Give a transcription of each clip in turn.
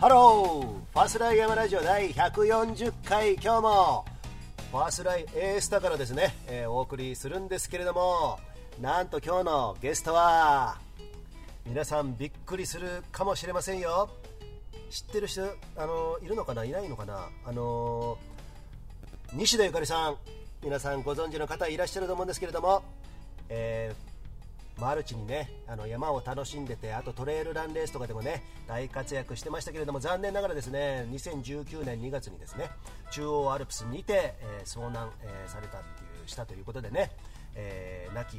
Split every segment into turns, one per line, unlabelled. ハローファスライ山ラジオ第140回今日もファスライエースタからですね、えーお送りするんですけれどもなんと今日のゲストは皆さんびっくりするかもしれませんよ知ってる人あのいるのかないないのかなあの西田ゆかりさん皆さんご存知の方いらっしゃると思うんですけれども、えーマルチにねあの山を楽しんでてあとトレイルランレースとかでもね大活躍してましたけれども残念ながらですね2019年2月にですね中央アルプスにて、えー遭難、えーされたっていうしたということでね、えー亡き、え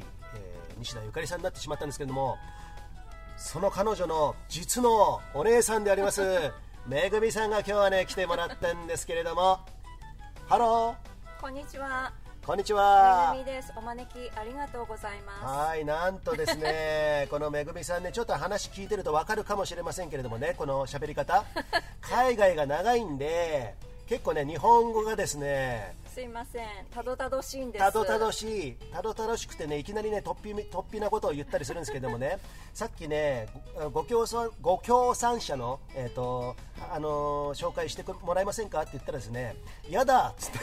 ー西田ゆかりさんになってしまったんですけれどもその彼女の実のお姉さんであり ますめぐみさんが今日はね来てもらったんですけれどもハロ
こんにちは。
ーこんにち
め
は
ぐみです。お招きありがとうございま
はいなんとですねこのめぐみさんねちょっと話聞いてるとわかるかもしれませんけれどもねこの喋り方海外が長いんで結構ね日本語がですね
す。すいません。たどたどしいんです。
たどたどしいたどたどしくてねいきなりね突飛み突飛なことを言ったりするんですけどもね さっきねごご協賛ご協賛者のえっ、とあのー紹介してくもらえませんかって言ったらですねやだっつって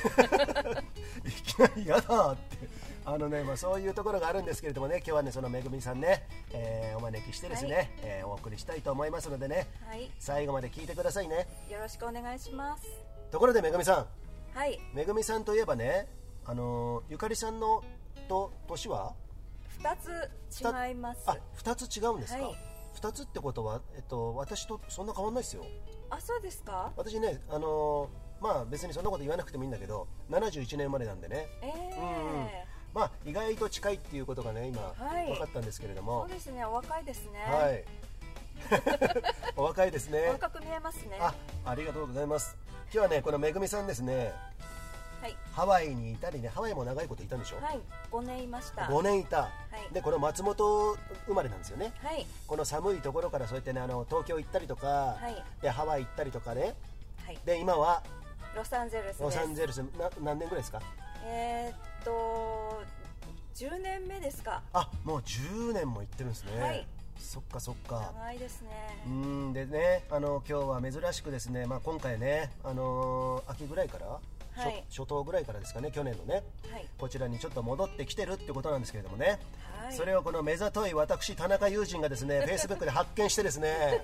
いきなりやだってあのねまあそういうところがあるんですけれどもね今日はねそのめぐみさんね、えーお招きしてですね、
はい
えーお送りしたいと思いますのでね
はい。
最後まで聞いてくださいね
よろしくお願いします。
ところでめぐみさん
はい。
めぐみさんといえばねあのーゆかりさんのと年は
二つ違います。
あ、二つ違うんですか
はい。
二、つってことは、えっと、私とそんな変わんないですよ。
あそうですか。
私ね、あのーまあ、別にそんなこと言わなくてもいいんだけど、71年生まれなんでね。
ええ
うんうんまあ、意外と近いっていうことがね、今、
はい
分かったんですけれど
そ
も
う。ですね。お若いですね。
はい。 お若いですね。
お若く見えますね。
あ
は、
ありがとうございます。今日はね、このめぐみさんですね。
い。
ハワイにいたりね、ハワイも長いこといたんでしょ、
はい。五年いました。
五年いた、
い
で、この松本生まれなんですよね。
はい。
この寒いところからそうやってねあの東京行ったりとか、
はい
でハワイ行ったりとかね
はい。
で今は
ロサンゼルスです。
ロサンゼルスな何年ぐらいですか
えーっと十年目ですか。
あもう10年も行ってるんですね、
はい
そっかそっか
長いですね。
うんでねあの今日は珍しくですね、まあ、今回ね、あのー秋ぐらいから、
はい
初初頭ぐらいからですかね去年のね
はい。
こちらにちょっと戻ってきてるってことなんですけれどもね、
はい。
それをこの目ざとい私田中友人がです ねフェイスブックで発見してですね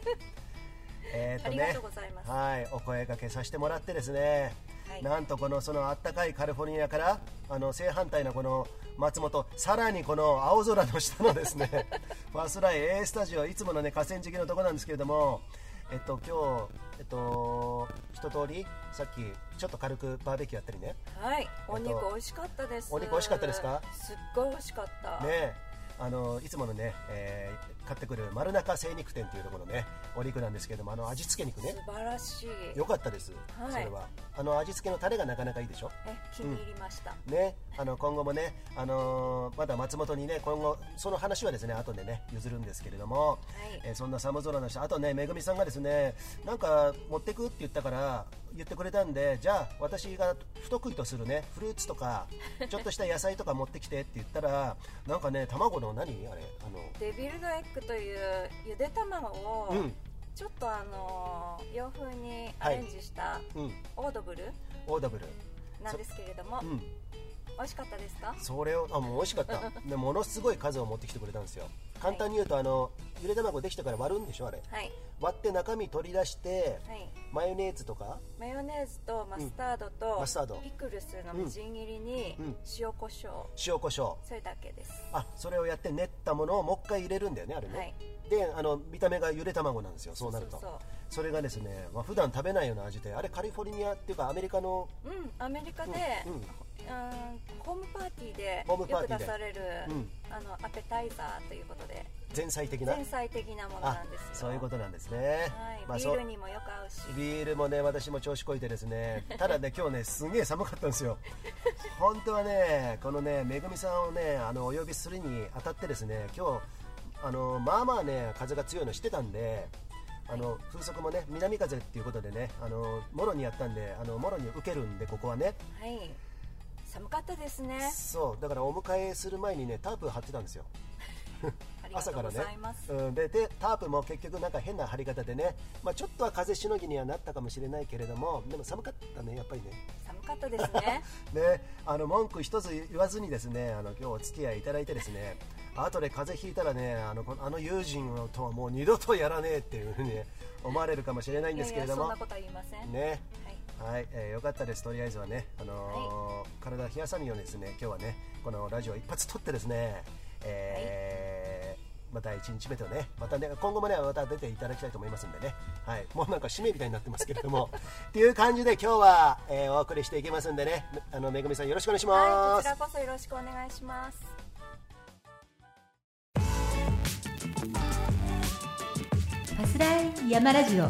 えー
ありがとうございます
はいお声掛けさせてもらってですね、
はい
なんとこのそのあったかいカリフォルニアからあの正反対のこの松本さらにこの青空の下のですね ファーストライ A スタジオいつものね河川敷のとこなんですけれどもえっと今日えっと一通りさっきちょっと軽くバーベキューやったりね
はい、お肉美味しかったです。
お肉美味しかったですか
すっごい美味しかった。
ねあのいつものね、えー買ってくる丸中精肉店というところのねお肉なんですけれどもあの味付け肉ね
素晴らしい。
良かったです、
はい
それはあの味付けのタレがなかなかいいでしょ
え、気に入りました。
ね、あの今後もね、あのーまだ松本にね今後その話はですね後でね譲るんですけれども、
い
えーそんな寒空の下あとねめぐみさんがですねなんか持ってくって言ったから言ってくれたんでじゃあ私が不得意とするねフルーツとかちょっとした野菜とか持ってきてって言ったらなんかね卵の何あれあの
デビルドエッグというゆで卵を、
うん
ちょっとあのー洋風にアレンジした
うん
オードブル
オーダブル
なんですけれども、
うん
美味しかったですか？
それをあもう美味しか ったでものすごい数を持ってきてくれたんですよ簡単に言うとあのゆで卵できたから割るんでしょあれ
はい、
割って中身取り出して
はい。
マヨネーズとか
マヨネーズとマスタード
うん
と
マスタード
ピクルスのみじん切りに
うんうん
塩コショウ、
塩コショウ
それだけです。
あそれをやって練ったものをもう一回入れるんだよねあれね、
はい
であの見た目がゆで卵なんですよそうなると
そうそうそう
それがですね、まあ、普段食べないような味であれカリフォルニアっていうかアメリカの、
うん、アメリカで、
うんうん
うんホームパーティーで
ホームパ
よ
ー
く
ティー
出
で
される、
うん
あのアペタイザーということで
前菜的な
前菜的なものな
あ
んですよ
そういうことなんですね、
はい、
まあ
ビ
そ
ー
う
ルにもよく合うし
ビールもね私も調子こいてですねただね今日ねすげえ寒かったんですよ本当はねこのねめぐみさんをねあのお呼びするにあたってですね今日あのまあまあね風が強いのしてたんであの風速もね南風っていうことでねあのもろにやったんであのもろに受けるんでここはね
はい寒かったですね
そうだからお迎えする前にねタープ張ってたんですよ
ありりがと
朝
う
から
ご
ね
ざいます、、
うん、ででタープも結局なんか変な張り方でね、まあ、ちょっとは風しのぎにはなったかもしれないけれどもでも寒かったねやっぱりね
寒かったですね
ね、あの文句一つ言わずにですねあの今日お付き合いいただいてですね後で風邪ひいたらねあのこのあの友人とはもう二度とやらねえっていうふうに思われるかもしれ ないん
い
で
や
す
い
けれど
やそ
も
んなことは言いません、
ね
はい、
はい、えーよかったですとりあえずはね、あのー体冷やさぬようにですね今日はねこのラジオ一発撮ってですね、えーまた1日目とねまたね今後もねまた出ていただきたいと思いますんでね、はい、もうなんか締めみたいになってますけれど もっていう感じで今日は、えーお送りしていきますんでねめあのめぐみさんよろしくお願いし
はい、
ま
こ
す、
ちらこそよろしくお願いします
パスライ山ラジオ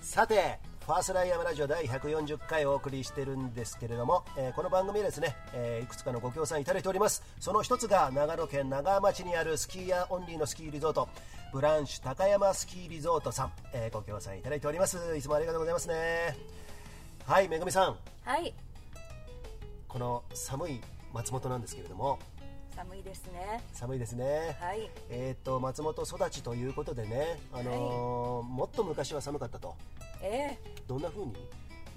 さてファーストライヤムラジオ第140回お送りしてるんですけれども、えーこの番組はですね、えーいくつかのご協賛いただいておりますその一つが長野県長浜町にあるスキーヤーオンリーのスキーリゾートブランシュ高山スキーリゾートさん、えーご協賛いただいておりますいつもありがとうございますねはいめぐみさん
はい
この寒い松本なんですけれども
寒いですね
寒いですね、
はい
えー、と松本育ちということでね、あのーもっと昔は寒かったと
え
どんな風に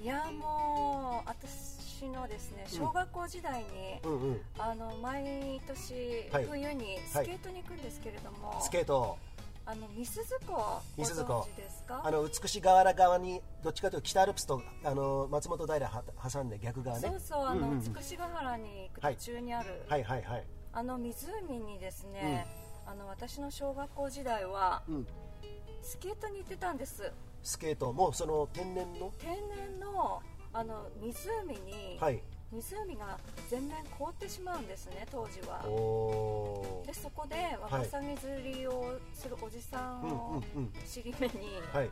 えいやもう私のですね小学校時代に、
うんうん
あの毎年
はい
冬にスケートに行くんですけれども、
スケート
あのミスズ湖ご
みすず湖
存知ですか
あの美しが原側にどっちかというと北アルプスとあの松本平は挟んで逆側ね
そうそうあの、
うんうんうん
美しが原に行く途中にある、
はいはいはい、
あの湖にですね、あの私の小学校時代は
うん、
スケートに行ってたんです
スケートもうその天然の
天然のあの湖に、
はい
湖が全面凍ってしまうんですね当時は
おおー
でそこでワカサギ釣りをするおじさん
うんう
を
んうん
尻目に、
はい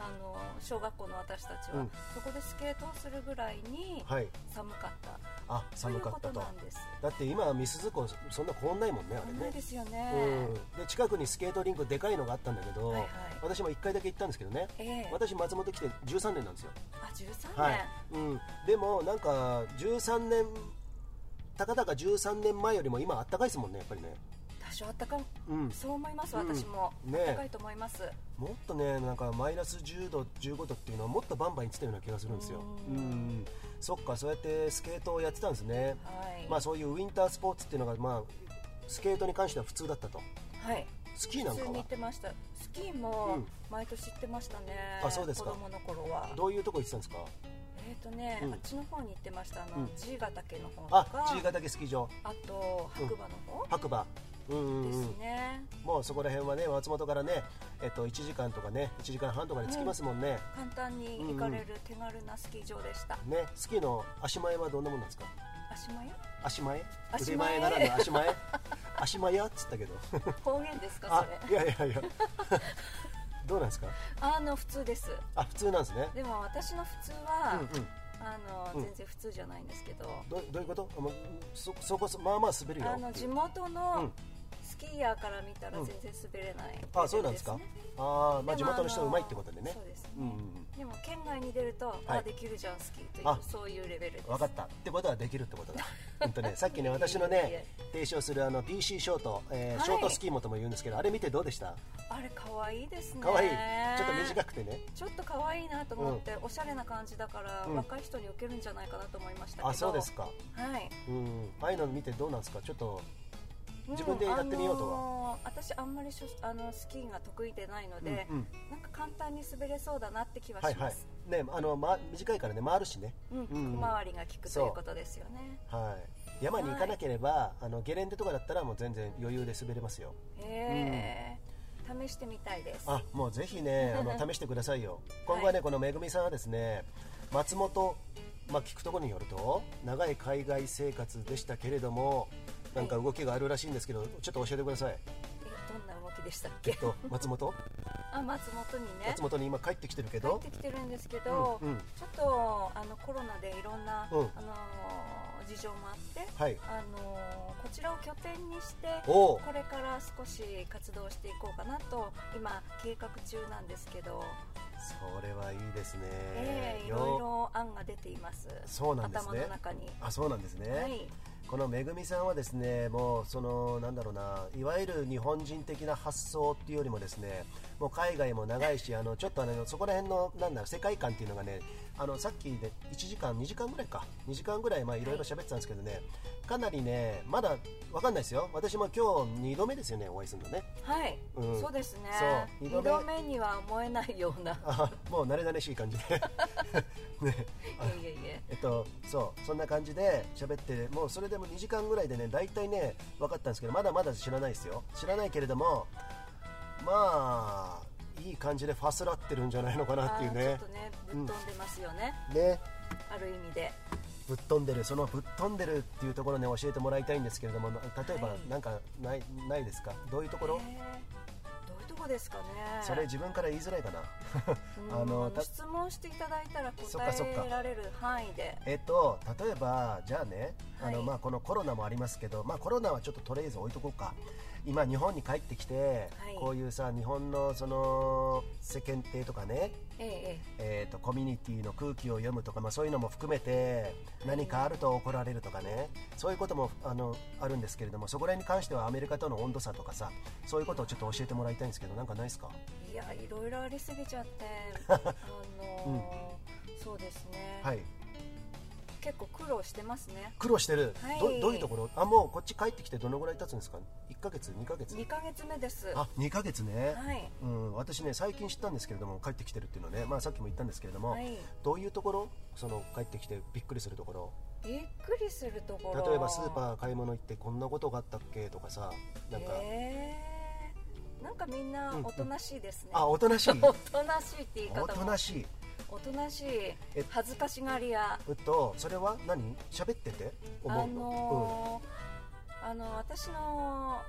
あの小学校の私たち
う
は、
ん
そこでスケートをするぐらいに
はい
寒かった
あ
とい
寒
う
か
こ
った
と
と
なんです
だって今はみすず湖そんな凍んないもんねあれ
寒い
ね
ですよね、
うん、で近くにスケートリンクでかいのがあったんだけど、
はいはい
私も1回だけ行ったんですけどね
ええ
私松本来て13年なんですよ
あ13年、
はいうん、でもなんか13年たかだか13年前よりも今あったかいですもんねやっぱりね
多少あったかも
うん
そう思います
うん
私も、
ね
あったかいと思います
もっとねなんかマイナス10度15度っていうのはもっとバンバン言ってたような気がするんですよう
うんん
そっかそうやってスケートをやってたんですね
はい、
まあそういうウィンタースポーツっていうのがまあスケートに関しては普通だったと
はい
スキーなん
普
か
通に行
は
ってましたスキー
う
も
ん
毎年行ってましたね、
あそうですか
子供の頃は
どういうとこ行ってたんですか
えっ、とね、
うん
あっちの方に行ってましたあ
う
の、
ん
G ヶ岳の方と
あ
か
自由形スキー場
あと白馬の方、
白馬うんうんうん
ですね
もうそこら辺はね松本からね、えっと、1時間とかね1時間半とかで着きますもんね、
簡単に行かれる手軽なスキー場でした、
ねスキーの足前はどんなもんなんですか
足前
足前
足前
腕前ならぬ足前足前やっつったけど
方言ですか
あ
そ
い
れ
やいやいやどうなんですか
あの普通です
あ普通なんですね
でも私の普通
う
は、
んうん
あ
う
の
ん
全然普通じゃないんですけど、
どどういうことあもうそそこそまあまあ滑るよ
あの地元のスキーヤーから見たら全然滑れない、
あそうなんですかあー、まあ地元の人はうまいってことでね
そうですね、
うんうんうん
でも県外に出ると、
はい
あできるじゃんスキーという
あ
そういうレベルです
分かったってことはできるってことだうん とねさっきね私のね提唱するあの BC ショート、えー
はい
ショートスキーもとも言うんですけどあれ見てどうでした
あれ可愛いですね
可愛いちょっと短くてね
ちょっと可愛いなと思って、おしゃれな感じだから、
うん
若い人に受けるんじゃないかなと思いましたけど
あそうですか
はい、
うんああいうの見てどうなんですかちょっと
うん
自分でやってみようとは
あのー私あんまりしょあのスキーが得意でないので、
うんうん
なんか簡単に滑れそうだなって気はし
は
ま
い
す、
はいねあの、ま、短いからね回るしね
うん、
うん
小回りが利くということですよね
はい山に行かなければ、あのゲレンデとかだったらもう全然余裕で滑れますよ
へえ、試してみたいです
あもうぜひ ねあの試してくださいよ今後はね、このめぐみさんはですね松本まあ聞くところによると長い海外生活でしたけれどもなんか動きがあるらしいんですけどちょっと教えてください
えどんな動きでしたっ
え
け
っと松本
あ松本にね
松本に今帰ってきてるけ
帰
ど
ってきてるんですけど、
うんうん
ちょっとあのコロナでいろんな、
うん
あのー事情もあって、
はい
あのーこちらを拠点にして
お
こ
う
れから少し活動していこうかなと今計画中なんですけど
それはいいですね、
ええい
よ
ろいろ案が出ています。
そうなんですね
頭の中に。
あそうなんですね、
はい。
このめぐみさんはですねもうそのなんだろうないわゆる日本人的な発想っていうよりもですねもう海外も長いしあのちょっとあのそこら辺のなんだろう世界観っていうのがねあのさっきで1時間2時間ぐらいか2時間ぐらいまあいろいろ喋ってたんですけどねかなりねまだわかんないですよ私も今日2度目ですよねお会いするのね
はい、
うん
そうですね
そう
二
二度
度
目
目には思えないような
あもう慣れ慣れしい 感じでねあ
いえいえいえ
えっと、そうそんな感じで喋ってもうそれでも2時間ぐらいでね大体ね分かったんですけどまだまだ知らないですよ知らないけれどもまあいい感じでファスらってるんじゃないのかなっていう
あー
ね
ちょっとねぶっ飛んでますよね、
ね
ある意味で
ぶっ飛んでるそのぶっ飛んでるっていうところね教えてもらいたいんですけれどもな例えば
はい
なんかない,、ないですかどういうところ、
えーどういうとこですかね
それ自分から言いづらいかな
うん
あのた
質問していただいたら
そっかそっか
答えられる範囲で
えっと、例えば、じゃあね、あの
はい
まあ、このコロナもありますけど、まあ、コロナはちょっととりあえず置いとこうか、今、日本に帰ってきて、
はい
こういうさ日本のその世間体とかね、
ええ
え
え
ー、とコミュニティの空気を読むとか、まあ、そういうのも含めて何かあると怒られるとかねそういうこともあのあるんですけれどもそこら辺に関してはアメリカとの温度差とかさそういうことをちょっと教えてもらいたいんですけどなんかないですか
えいやいろいろありすぎちゃって あのーそうですね、
はい
結構苦労してますね
苦労してる、
はい
どどういうところあもうこっち帰ってきてどのぐらい経つんですか1ヶ月2ヶ月
2ヶ月目ですは
あ2ヶ月ね、
い
うん、私ね最近知ったんですけれども帰ってきてるっていうのはね、まあ、さっきも言ったんですけれども、
はい
どういうところその帰ってきてびっくりするところ
びっくりするところ
例えばスーパー買い物行ってこんなことがあったっけとかさなんか、
えーなんかみんな
うんうん
おとなしいですね、
あおとなしい
おとなしいって言い方も
おとなしい
おとなしい
え
恥ずかしがり屋
うっとそれは何喋ってて
あ
思うの、
のーあの私の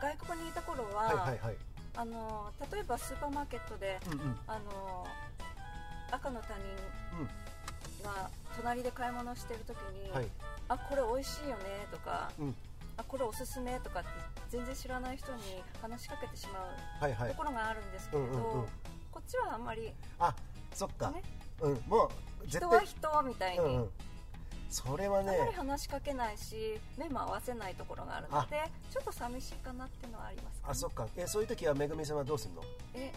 外国にいた頃は、
うん、はいはいはい、
あのー例えばスーパーマーケットで
うんうんうん、
あのー赤の他人が隣で買い物してる時に、
はい、
あこれ美味しいよねとか
うん、
あこれおすすめとかって全然知らない人に話しかけてしまう
はいはい
ところがあるんですけ
う
れ
ん
ど、
うんうん
こっちはあんまり
あそっか、
ね
うんもう絶
人
対
は人みたいに、
うんうん、それは
あんまり
ね
話しかけないし目も合わせないところがあるのでちょっと寂しいかなっていうのはありますか、ね、
あそっかえそういう時はめぐみさんはどうするの
え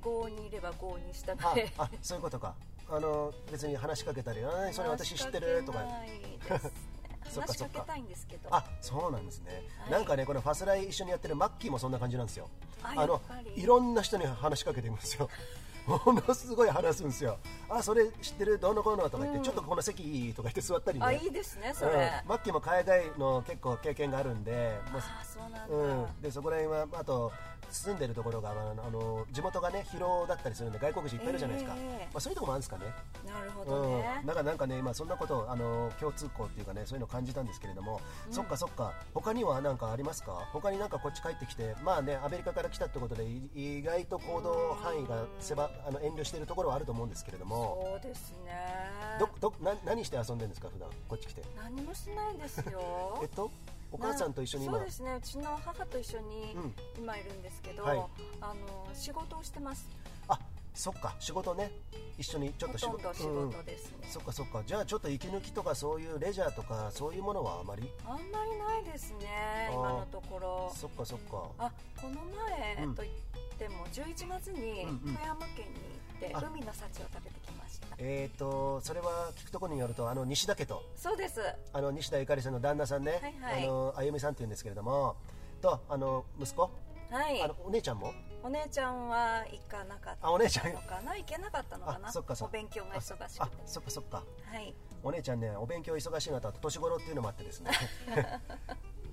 郷にいれば郷に従
あ
え
あそういうことかあの別に話しかけたり あそれ私知ってるとか
話しかけないですね
そっか
話し
そ
か
っか
けたいんですけど
あそうなんですね、
はい
なんかねこのファスライ一緒にやってるマッキーもそんな感じなんですよ
あ
の
やっぱり
いろんな人に話しかけていくんですよ ものすごい話すんですよあそれ知ってるどうのこうのとか言って、
うん
ちょっとこの席いいとか言って座ったりね
あいいですねそれ、
うん、マッキーも海外の結構経験があるんでもう
あそうなんだ、
うん、でそこら辺はあと住んでるところがあのあの地元がね広尾だったりするんで外国人いっぱいいるじゃないですか、
ええええ
まあ、そういうとこもあるんですかね
なるほどね、
うん、なんかなんかね今そんなことをあの共通項っていうかねそういうのを感じたんですけれども、そっかそっか他には何かありますか他になんかこっち帰ってきてまあねアメリカから来たってことでい意外と行動範囲が狭あの遠慮しているところはあると思うんですけれども
そうですね
どどな何して遊んでるんですか普段こっち来て
何もしないですよ
えっとお母さんと一緒に今
なそうですねうちの母と一緒に
うん
今いるんですけど、
はい
あの仕事をしてます
あそっか仕事ね一緒にちょっ
ほ
と仕
と
事
んど仕
うんうん
事ですね、
そっかそっかじゃあちょっと息抜きとかそういうレジャーとかそういうものはあまり
あんまりないですね
あー
今のところ
そっかそっか
あこの前、
うん
と言っても11月に
うんうん
富山県に行って、
あ
海の幸を食べてきました
えー、とそれは聞くところによるとあの西田家と
そうです
あの西田ゆかりさんの旦那さんね、
はいはい
あのあゆみさんっていうんですけれどもとあの息子、
はい
あのお姉ちゃんも
お姉ちゃんは行かなかった
あお姉ちゃん
のかな行けなかったのかな
あそっかそっ
お勉強が忙しくて
あそっかそっか
はい
お姉ちゃんねお勉強忙しいのとあと年頃っていうのもあって ですね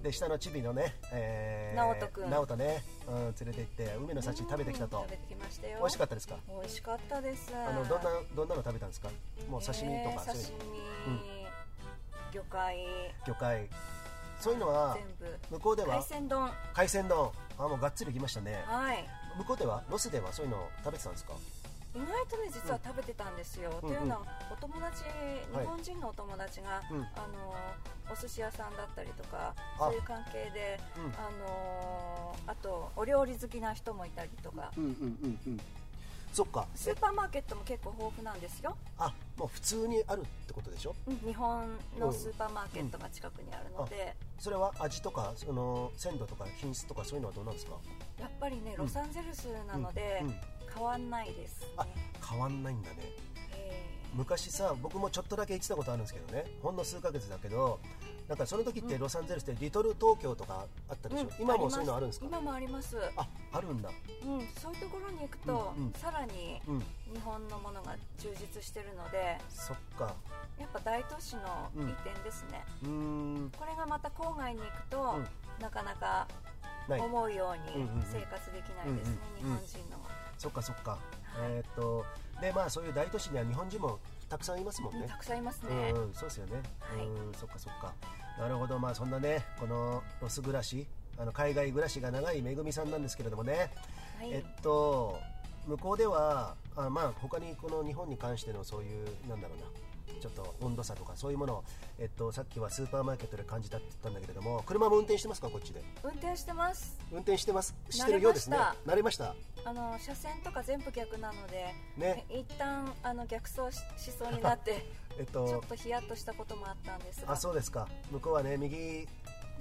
で下のチビのね、えー、
直人くん
直人ね、うん、連れて行って海の幸食べてきた
うん
と
食べてきましたよ
美味しかったですか
美味しかったです
あのどんなどんなの食べたんですかもう刺身とか、
え
そ
ー
うい
刺
う
身、魚介
魚介そういうのは
全部
向こうで
海
は
鮮丼
海鮮丼あもうがっつり来ましたね
はい
向こうではロスではそういうのを食べてたんですか
意外とね実は食べてたんですよ、
うん
というのは
う
お友達
はい
日本人のお友達が、
うん
あのお寿司屋さんだったりとか
あ
そういう関係で、
うん
あのあとお料理好きな人もいたりとか、
うんうんうんうんそっか
スーパーマーケットも結構豊富なんですよ、
あもう普通にあるってことでしょ
日本のスーパーマーケットが近くにあるので、
それは味とかその鮮度とか品質とかそういうのはどうなんですか
やっぱりねロサンゼルスなので、
うんうん
変わんないですね、
あ変わんないんだね
え
昔さ僕もちょっとだけ行ってたことあるんですけどねほんの数ヶ月だけどなんかその時ってロサンゼルスってリトル東京とかあった
ー
でしょ、
うん
今
り
も
ます
そういうのあるんですか
今もあります、
ああるんだ
うん、そういうところに行くと、
うんうん
さらに
うん
日本のものが充実してるので
そっか
やっぱ大都市の
うん
移転ですね、
うーん
これがまた郊外に行くと、
う
なかなか
ない
思うよう
うん
に
うんうん
生活できないですね、
うんうんうん
日本人の、
そっかそっか、えーっとでまあそういう大都市には日本人もたくさんいますもん
うん
ね
たくさんいますね、
うんうん、そうですよね、
はい
うんそっかそっかなるほどまあそんなねこのロス暮らしあの海外暮らしが長いめぐみさんなんですけれどもね、
はい、
えっと向こうではあまあ他にこの日本に関してのそういうなんだろうなちょっと温度差とかそういうものを、えっと、さっきはスーパーマーケットで感じたって言ったんだけれども車も運転してますかこっちで
運転してます
運転してますしてるようですね慣れました
あの車線とか全部逆なので、
ね
一旦あの逆走ししそうになって
えっ
ちょ
と
っとヒヤッとしたこともあったんですが
あそうですか向こうはね右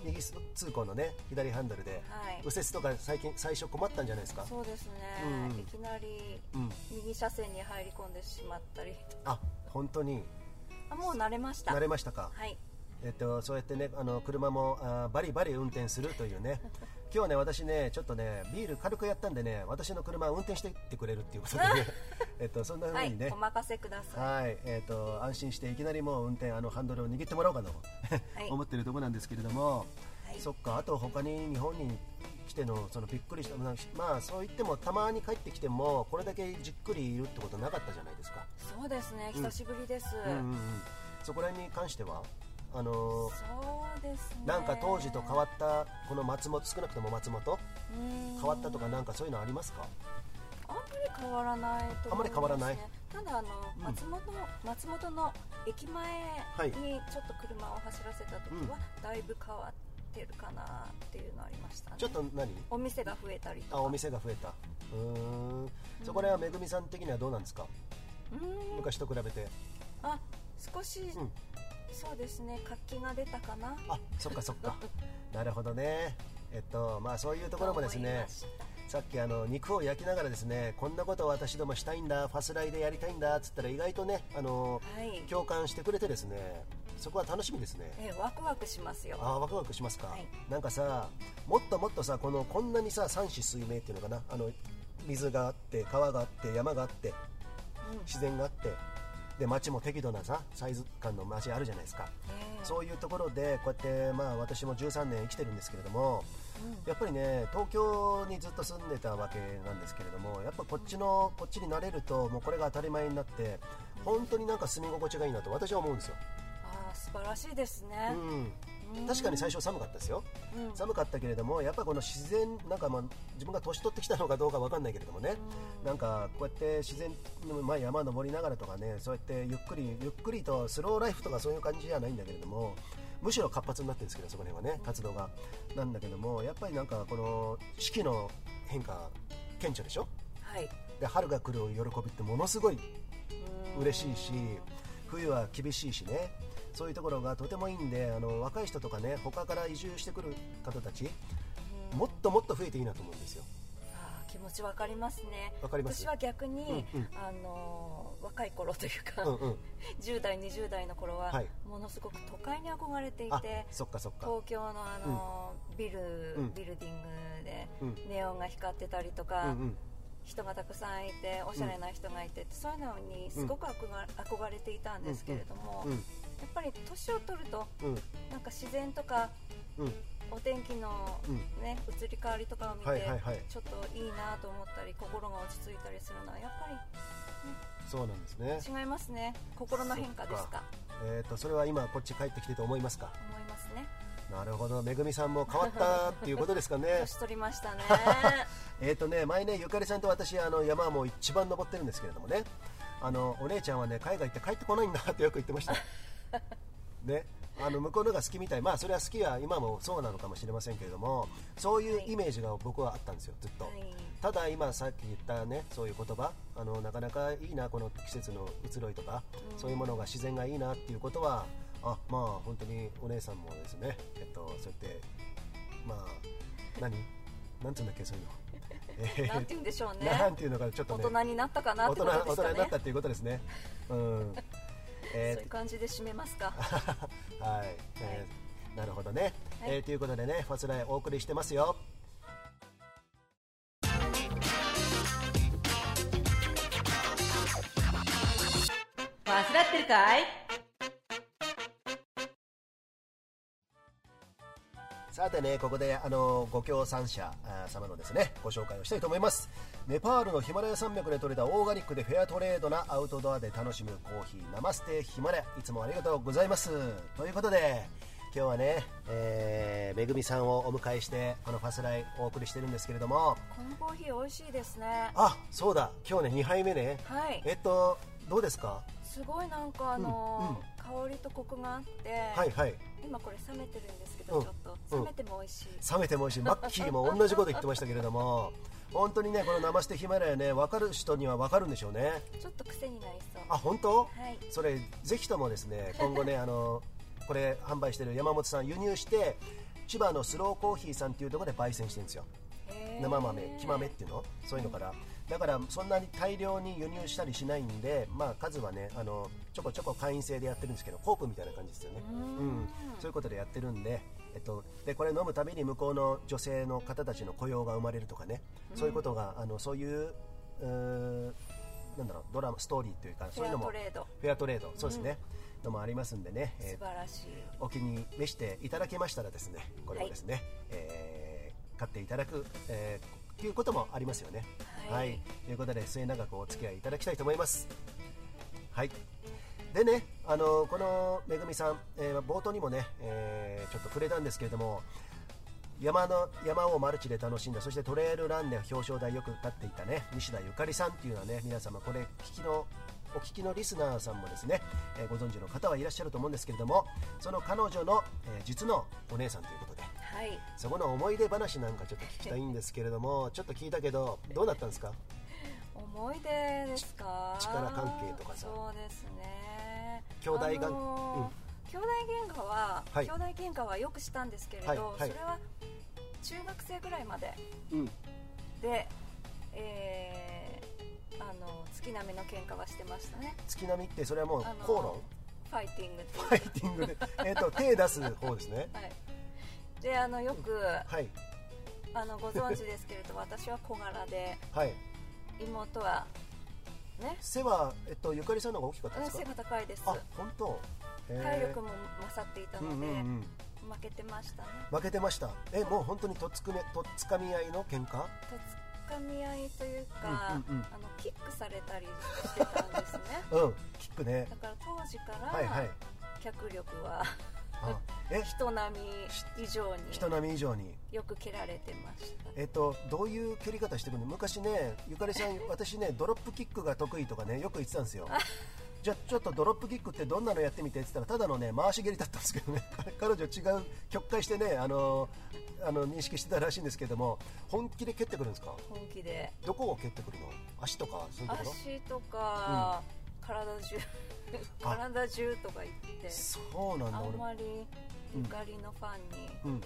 右通行のね左ハンドルで
はい
右折とか最近最初困ったんじゃないですか
そうですね、
うんうん
いきなり
うん
右車線に入り込んでしまったり
あ本当に
あもう慣れました
慣れましたか、
はい
えっと、そうやってねあの車もあーバリバリ運転するという ね今日はね私ねちょっとねビール軽くやったんでね私の車を運転していってくれるっていうこと でねえっとそんな
は
風
い
にね
お任せください
はいえっと安心していきなりもう運転あのハンドルを握ってもらおうかと
は い
思ってるところなんですけれども、
はい
そっかあと他に日本に来てのそのびっくりしたまあまあそう言ってもたまに帰ってきてもこれだけじっくりいるってことなかったじゃないですか、
そうですね久しぶりです、
うんうんうん、そこら辺に関してはあのー
そうですね
なんか当時と変わったこの松本少なくとも松本変
変
わったとかなんかそういうのありますか
あんまり変わらないと思います、ね、
あんまり変わらない
ただあの、
うん
松本松本の駅
い
前にちょっと車を走らせた時は、だいぶ変わってるかなっていうのありましたね
ちょっと何
お店が増えたりとか
あお店が増えたうーんそこら辺はめぐみさん的にはどうなんですか
うーん
昔と比べて
あ少し、
うん
そうですね活気が出たかな
あそっかそっかなるほどねえっとまあそういうところもです
と思い
ね
ました
さっきあの肉を焼きながらですねこんなことを私どもしたいんだファスライでやりたいんだっつったら意外とねあの
はい
共感してくれてですねそこは楽しみですね
えワクワクしますよ
あーワクワクしますか、
はい
なんかさもっともっとさこのこんなにさ三子水明っていうのかなあの水があって川があって山があって
うん
自然があってで町も適度なさサイズ感の町あるじゃないですか、
ええ
そういうところでこうやってまあ私も13年生きてるんですけれども
うん
やっぱりね東京にずっと住んでたわけなんですけれどもやっぱこっちのこっちに慣れるともうこれが当たり前になって本当になんか住み心地がいいなと私は思うんですよ、
あー素晴らしいですね、
う、
うんん
確かに最初寒かったですよ
うん
寒かったけれどもやっぱこの自然なんかまあ自分が年取ってきたのかどうかわかんないけれどもねなんかこうやって自然の、まあ、山登りながらとかねそうやってゆっくりゆっくりとスローライフとかそういう感じじゃないんだけれどもむしろ活発になってるんですけどそこら辺はね活動がなんだけどもやっぱりなんかこの四季の変化顕著でしょ
はい
で春が来る喜びってものすごい嬉しいし冬は厳しいしねそういうところがとてもいいんであの若い人とかね他から移住してくる方たち
うん
もっともっと増えていいなと思うんですよ
あー気持ちわかりますね
わかります
私は逆に、
うんうん
あのー若い頃というか、
うんうん
10代20代の頃は、
はい
ものすごく都会に憧れてい
あ
て
そっかそっか
東京の、あのービル、
うん
ビルディングで
うん
ネオンが光ってたりと
う
か、
んうん
人がたくさんいておしゃれな人がいて、そういうのにすごく憧れ,、憧れていたんですけれども、
うん
やっぱり年を取ると
うん
なんか自然とか
うん
お天気の
うん
ね、移り変わりとかを見て、
はいはいはい
ちょっといいなと思ったり心が落ち着いたりするのはやっぱ
そうなんですね
り違いますね心の変化です
そっ
か
かえっ、とそれは今こっち帰ってきてと思いますか
思いますね
なるほどめぐみさんも変わったっていうことですか ね
年取り ましたね
えっとね前ねゆかりさんと私あの山も一番登ってるんですけれども ねあのお姉ちゃんはね海外行って帰ってこないんだってよく言ってましたねあの向こうのが好きみたい、まあ、それは好きは今もそうなのかもしれませんけれどもそういうイメージが僕はあったんですよ、ずっと。
はい
ただ今さっき言ったねそういう言葉あのなかなかいいなこの季節の移ろいとか、
うん
そういうものが自然がいいなっていうことはあまあ本当にお姉さんもですねえっとそうやってまあ何なんていうんだっけそういうの、え
なんて言うんでしょう
ー
ね
なんていうのかなちょっと
大
ね
人になったかなってことで
大
す
人
か
大人にな
ね
ったっていうことですねうん えー
そういう感じで締めますか
はい、えーなるほどね、えーということでねファスライお送りしてますよ
バズらってるかい
さてねここであのご協賛者あー様のですねご紹介をしたいと思いますネパールのヒマラヤ山脈で採れたオーガニックでフェアトレードなアウトドアで楽しむコーヒーナマステヒマラヤいつもありがとうございますということで今日はね、えーめぐみさんをお迎えしてこのファスライお送りしてるんですけれども
このコーヒー美味しいですね
あそうだ今日ね2杯目ね
はい
えっとどうですか
すごいなんかあのー香りとコクがあって、
はいはい
今これ冷めてるんですけ
う
ど
ん
ちょっと
うん
冷めても美味しい、
冷めても美味しいマッキーも同じこと言ってましたけれども本当にねこの「ナマステヒマラヤね」分かる人には分かるんでしょうね
ちょっと癖になりそう
あ本当、
はい
それぜひともです ね今後ねあのこれ販売してる山本さん輸入して千葉のスローコーヒーさんっていうところで焙煎してるんですよ
へー
生豆、木豆っていうのそういうのからだからそんなに大量に輸入したりしないんで、まあ、数はねあのちょこちょこ会員制でやってるんですけどコープみたいな感じですよねうん、そういうことでやってるんで,、えっと、でこれ飲むたびに向こうの女性の方たちの雇用が生まれるとかねそういうことがあのそういううーなんだろうドラマストーリーというかそういうのも
フェアトレード
フェアトレードそうですね、のもありますんでね、えー
素晴らしい
お気に召していただけましたらですねこれをですね、えー買っていただく、えー、ということもありますよね
はい
ということで末永くお付き合いいただきたいと思いますはいでねあのこのめぐみさん、えー冒頭にもね、えーちょっと触れたんですけれども山の山をマルチで楽しんだそしてトレイルランで表彰台よく立っていたね西田ゆかりさんっていうのはね皆様これ聞きのお聞きのリスナーさんもですね、えーご存知の方はいらっしゃると思うんですけれどもその彼女の、えー実のお姉さんということで
はい
そこの思い出話なんかちょっと聞きたいんですけれどもちょっと聞いたけどどうなったんですか
思い出ですか
ち力関係とかさ
そうですね
兄弟が
あのー兄弟喧嘩は、
はい
兄弟喧嘩はよくしたんですけれど、
はいはい
それは中学生ぐらいまで
うん
で、えーあの月並みの喧嘩はしてましたね
月並みってそれはもう
あの
口論
ファイティングっていう
ファイティングでえっと手出す方ですね
はいであのよく、
はい
あのご存知ですけれど私は小柄で
はい
妹はね
背は、えっと、ゆかりさんの方が大きかったんです
背
か
が高いです
あ本当へー
体力も勝っていたので、
うんうんうん
負けてましたね
負けてましたえもう本当にとっつくめとっつかみ合いの喧嘩
とつかみ合いというか、
うんうんうん
あのキックされたりしてたんですね
うんキックね
だから当時か
はいはい
ら脚力は
あえ
人並み以上に
人並み以上に
よく蹴られてました
えっとどういう蹴り方してくるの昔ねゆかりさん私ねドロップキックが得意とかねよく言ってたんですよじゃあちょっとドロップキックってどんなのやってみてって言ったらただのね回し蹴りだったんですけどね 彼女違う曲解してねあのあの認識してたらしいんですけども本気で蹴ってくるんですか
本気で
どこを蹴ってくるの足とかそういうところ
足とか、体中体中とか言って
そうなんだ
あん
俺
まりゆかりのファン
う
に、
ん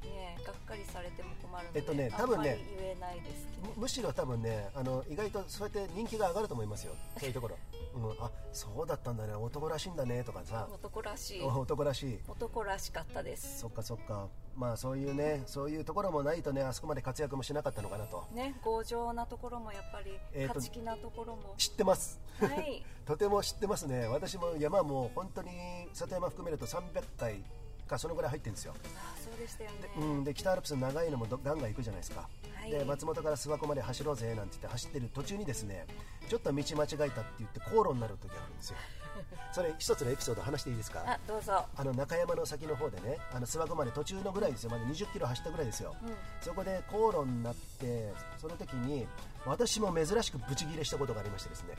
ねがっかりされても困るので、
えっとね
あ
多
ん
分
ま
ね
り言えないですけ
む
ど
むしろ多分ねあの意外とそうやって人気が上がると思いますよそういうところ、うん、あそうだったんだね男らしいんだねとかさ
男らしい
お男らしい
男らしかったです
そっかそっかまあそういうねそういうところもないとねあそこまで活躍もしなかったのかなと
ね強情なところもやっぱり
えーと
勝ち気なところも、
知ってます
はい
とても知ってますね私も山も本当に里山含めると300回かそのぐらい入ってるんですよ
あーそうでしたよね
うん、で北アルプス長いのもどガンガン行くじゃないですか、
はい
で松本から諏訪湖まで走ろうぜなんて言って走ってる途中にですねちょっと道間違えたって言って口論になる時があるんですよ それ一つのエピソード話していいですか
あどうぞ
あの中山の先の方でねあの諏訪湖まで途中のぐらいですよまだ2 0キロ走ったぐらいですよ、
うん
そこで口論になってその時に私も珍しく ブチギレしたことがありましてですね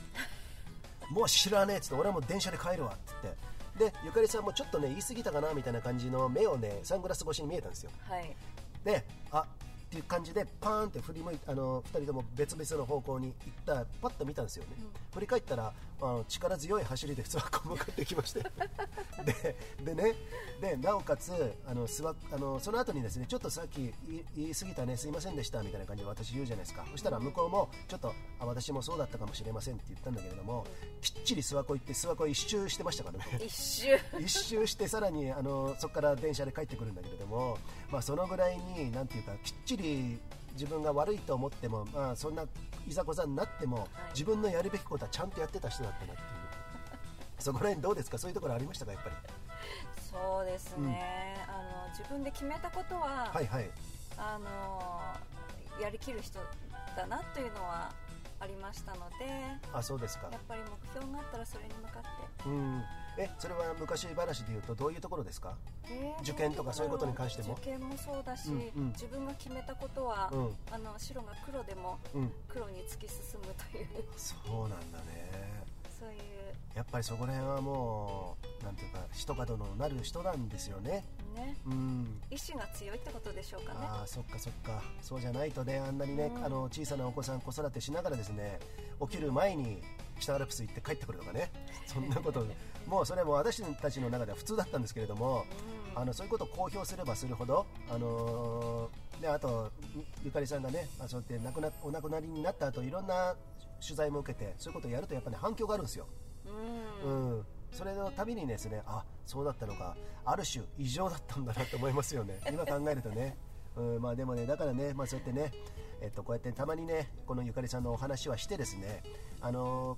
もう知らねえっつって俺はもう電車で帰るわって言ってでゆかりさんもちょっとね言い過ぎたかなみたいな感じの目をねサングラス越しに見えたんですよ
はい
であっていう感じでパーンって振り向いあの2人とも別々の方向に行ったパッと見たんですよね、振り返ったらあの力強い走りで諏訪湖向かってきましてででねでなおかつあの諏訪あのその後にですねちょっとさっき言い言い過ぎたねすいませんでしたみたいな感じで私言うじゃないですかそしたら向こうもちょっとあ私もそうだったかもしれませんって言ったんだけれどもきっちり諏訪湖行って諏訪湖一周してましたからね
一周
一周してさらにあのそこから電車で帰ってくるんだけれども、まあ、そのぐらいになんていうかきっちり自分が悪いと思っても、まあ、そんないざこざになっても自分のやるべきことはちゃんとやってた人だったなっていうそこら辺どうですかそういうところありましたかやっぱり
そうですね、あの自分で決めたことは、
はいはい
あのやりきる人だなというのはありましたので
あそうですか
やっぱり目標があったらそれに向かって、
うんえそれは昔話で言うとどういうところですか
えー
受験とかそういうことに関しても
受験もそうだし、
うんうん
自分が決めたことは、
うん
あの白が黒でも
うん
黒に突き進むという
そうなんだね
そういう
やっぱりそこら辺はもうなんていうか人か殿なる人なんですよね
ね
うん
意志が強いってことでしょうかね
ああそっかそっかそうじゃないとねあんなにね、
うん
あの小さなお子さん子育てしながらですね起きる前に北アルプス行って帰ってくるとか ねそんなこともうそれも私たちの中では普通だったんですけれども、あのそういうことを公表すればするほどあのーねあとゆゆかりさんがねあそうやって亡くなお亡くなりになった後いろんな取材も受けてそういうことをやるとやっぱり、ね、反響があるんですよ
うん
うんそれのたびにですねあそうだったのかある種異常だったんだなと思いますよ ね今考えるとねうんまあでもねだからねまあそうやってねえっとこうやってたまにねこのゆかりさんのお話はしてですねあの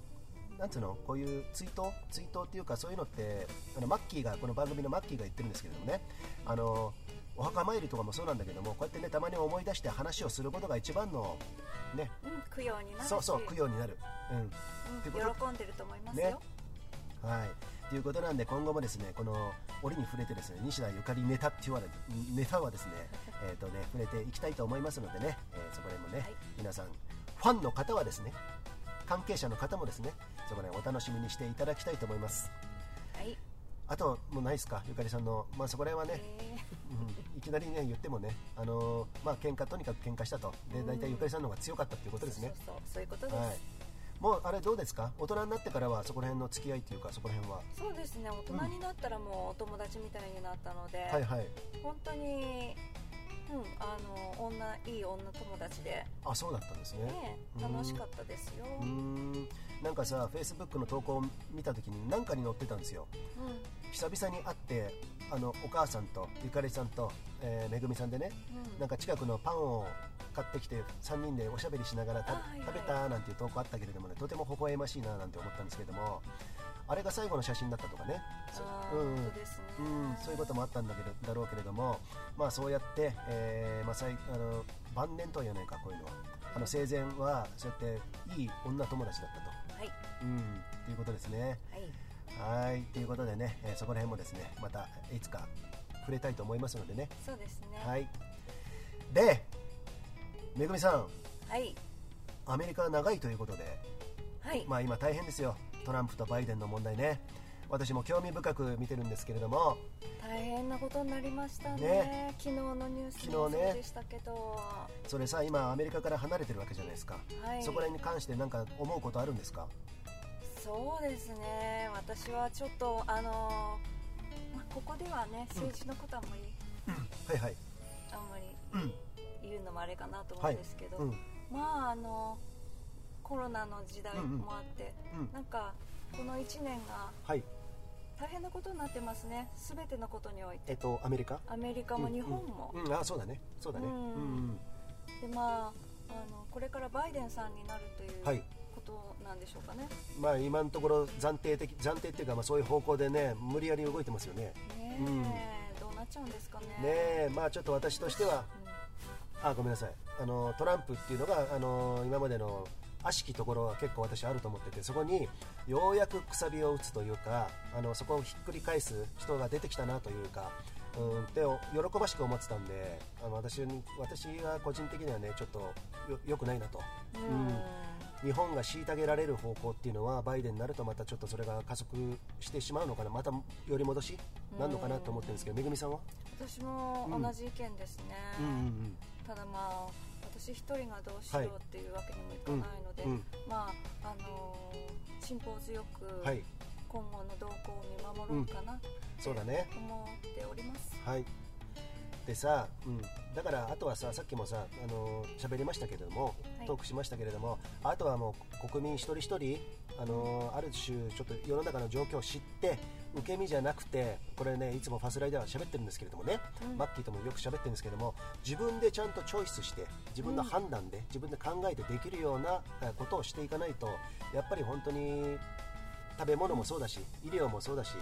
なんつうのこういう追悼追悼っていうかそういうのってあのマッキーがこの番組のマッキーが言ってるんですけれどもねあのお墓参りとかもそうなんだけどもこうやってねたまに思い出して話をすることが一番のね
うん供養になるし
そうそう供養になるうんってこと
うん、喜んでると思いますよ、
ねはい、ということなんで今後もですねこの折に触れてですね西田ゆかりネタっていう話ネタはです ねえーとね触れていきたいと思いますのでね、えーそこら辺もね、
はい
皆さんファンの方はですね関係者の方もですねそこら辺お楽しみにしていただきたいと思います
はい、
あともうないですかゆかりさんのまあそこら辺はね、
え
うんいきなりね言ってもねあのーまあ喧嘩とにかく喧嘩したとで大体ゆかりさんの方が強かったっていうこ
ー
とですね
そうそうそうそういうことです、
はいもうあれどうですか大人になってからはそこら辺の付き合いというかそこら辺は
そうですね大人になったらもうお友達みたいになったので、
はいはい
本当に、うん、あの女いい女友達で、
あそうだったんですね
ね、
うん
楽しかったですよ、
うーんなんかさフェイスブックの投稿を見た時に何かに載ってたんですよ
うん
久々に会ってあのお母さんとゆかりさんと、えーめぐみさんでね
うん
なんか近くのパンを買ってきて3人でおしゃべりしながらた
あはいはい
食べたなんていう投稿あったけれどもねとても微笑ましいななんて思ったんですけどもあれが最後の写真だったとかねそ
あー
う
本
ん
当ですね、
うん、そういうこともあったんだけどだろうけれども、まあ、そうやって、えーまあ、最あの晩年とは言わないかこういうのはあの生前はそうやっていい女友達だった
はい
と,、うん、ということですね。
はい
はいということでね、えーそこら辺もですねまたいつか触れたいと思いますのでね。
そうですね
はい、でめぐみさん
はい
アメリカは長いということで、
はい、
まあ、今大変ですよトランプとバイデンの問題ね私も興味深く見てるんですけれども
大変なことになりましたね
ね
昨日のニュース
昨
も
日
そ
ね
うでしたけど、
それさ今アメリカから離れてるわけじゃないですか、
はい
そこらに関してなんか思うことあるんですか
そうですね私はちょっとあのまあここではね政治のことはあんまり、
はいはい
あんまり
うん
言うのもあれかなと思
は
う
い
んですけど、
うん
まああのコロナの時代もあって、
うんうんうん
なんかこの1年が
はい
大変なことになってますね全てのことにおい
えってとアメリカ
アメリカも日本も、
うん、うんあそうだねそうだねう
うんん
うん
でまああのこれからバイデンさんになるという、
はい
ことなんでしょうかね
まあ今のところ暫定的暫定っていうかまあそういう方向でね無理やり動いてますよね
ねえ、
うん
どうなっちゃうんですかね
ねえまあちょっと私としてはあごめんなさいあのトランプっていうのがあの今までの悪しきところは結構私あると思っててそこにようやくくさびを打つというかあのそこをひっくり返す人が出てきたなというかうんって喜ばしく思ってたんであの私に私は個人的にはねちょっとよ良くないなと
うん、うん
日本が虐げられる方向っていうのはバイデンになるとまたちょっとそれが加速してしまうのかなまたより戻しなんのかなと思ってるんですけどめぐみさんは
私も同じ意見ですね、
うんうんうん
ただまあ私一人がどうしようっていうわけにもいかないので、
うんうん
まああのー辛抱強く
はい
今後の動向を見守ろうかなと
そうだね
思っております、
はいでさ、うん、だからあとはささっきもさあのー喋りましたけれども、
はい
トークしましたけれどもあとはもう国民一人一人あのーある種ちょっと世の中の状況を知って受け身じゃなくてこれねいつもファスライでは喋ってるんですけれどもね、
うん
マッキーともよく喋ってるんですけども自分でちゃんとチョイスして自分の判断で、自分で考えてできるようなえーことをしていかないとやっぱり本当に食べ物もそうだし医療もそうだし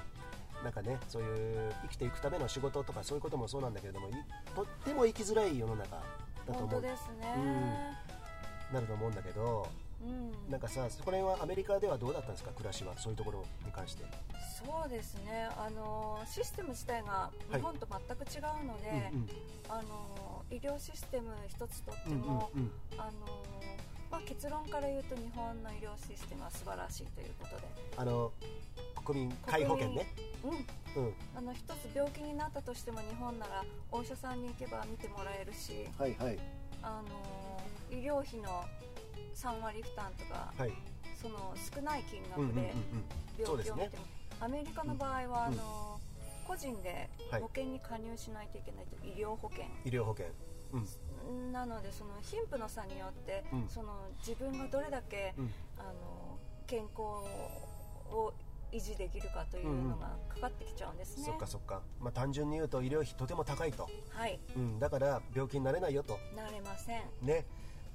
なんかねそういう生きていくための仕事とかそういうこともそうなんだけれどもいとっても生きづらい世の中だと
本
思
当
う
ですね、
なると思うんだけど
うん
なんかさそこら辺はアメリカではどうだったんですか暮らしはそういうところに関して、
そうですねあのーシステム自体が日本と全く違うので、
うん
あのー医療システム一つとって
うんうんうん
も、
うん
あのーまあ、結論から言うと日本の医療システムは素晴らしいということで、
あの国民皆保険ね
うん、
うん
あの一つ病気になったとしても日本ならお医者さんに行けば見てもらえるし、
はいはい
あのー医療費の3割負担とか
はい
その少ない金
うんうんう
額
んうん
で
そうで
病気
す
を見
ね
ても、アメリカの場合はあ
うん
のー個人で
はい
保険に加入しないといけないと医療保険
医療保険うん
なのでその貧富の差によって、
うん
その自分がどれだけ、
うん
あの健康を維持できるかというのがかかってきちゃうんですね、
そっかそっか、まあ、単純に言うと医療費とても高いと、
はい
うん、だから病気になれないよと
なれません
ね、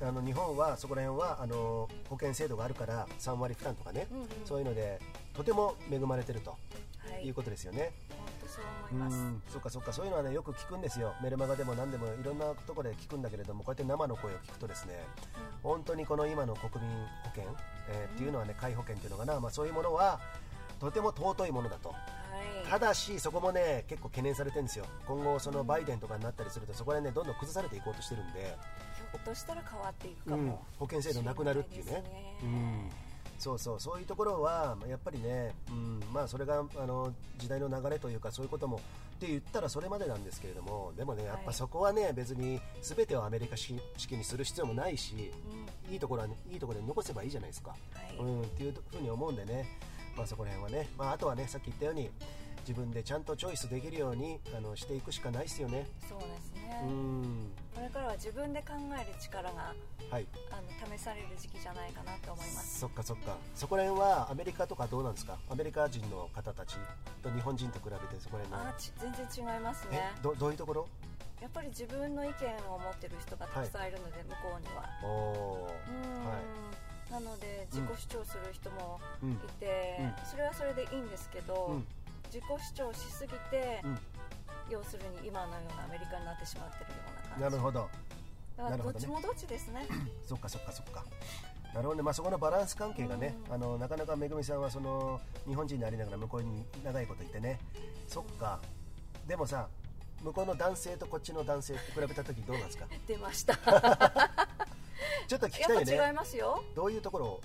あの日本はそこら辺はあの保険制度があるから3割負担とかね、
うんうん
そういうのでとても恵まれてると
はいいう
ことですよね、
本当そう
う
思います
んそっかそっかそういうのはねよく聞くんですよメルマガでも何でもいろんなところで聞くんだけれどもこうやって生の声を聞くとですね本当にこの今の国民保険、えーっていうのはね皆保険っていうのかな、まあ、そういうものはとても尊いものだと
うんは
ただしそこもね結構懸念されてるんですよ今後そのバイデンとかになったりするとそこら辺ねどんどん崩されていこうとしてるんで
いひょっとしたら変わっていく
う
か
ん
も、
保険制度なくなるっていうね
しれないです
う
ね
ん、そうそうそういうところはまあやっぱりね、うんまあ、それがあの時代の流れというかそういうこともって言ったらそれまでなんですけれどもでもねやっぱそこはね、別に全てをアメリカ式式にする必要もないし
うん
いいところは、ね、いいところで残せばいいじゃないですか、
はい
うん、っていうふうに思うんでね、まあ、そこら辺はね、まあ、あとはねさっき言ったように自分でちゃんとチョイスできるようにあのしていくしかないですよね。
そうですね、
うん
これからは自分で考える力が
はい
あの試される時期じゃないかなと思います
そっかそっかそこら辺はアメリカとかどうなんですかアメリカ人の方たちと日本人と比べてそこら辺の
あーち全然違います
え
ね
どどういうところ
やっぱり自分の意見を持ってる人がたくさんいるので、向こうには
おお
うーん、なので自己主張する人も
ーうん
いて、
うん
それはそれでいいんですけど、
うん
自己主張しすぎて、
うん
要するに今のようなアメリカになってしまってるような感じ
なるほど
だから
なる
ど
ほ
っ
どね
ちもどっちですね
そっかそっかそっかなるほどね、まあ、そこのバランス関係がね、
うん
あのなかなかめぐみさんはその日本人でありながら向こうに長いこといてねそっかでもさ向こうの男性とこっちの男性って比べた時どうなん ですか
出ました
ちょっと聞きたい
や
よ
っぱ違い
ね
ますよ
どういうところを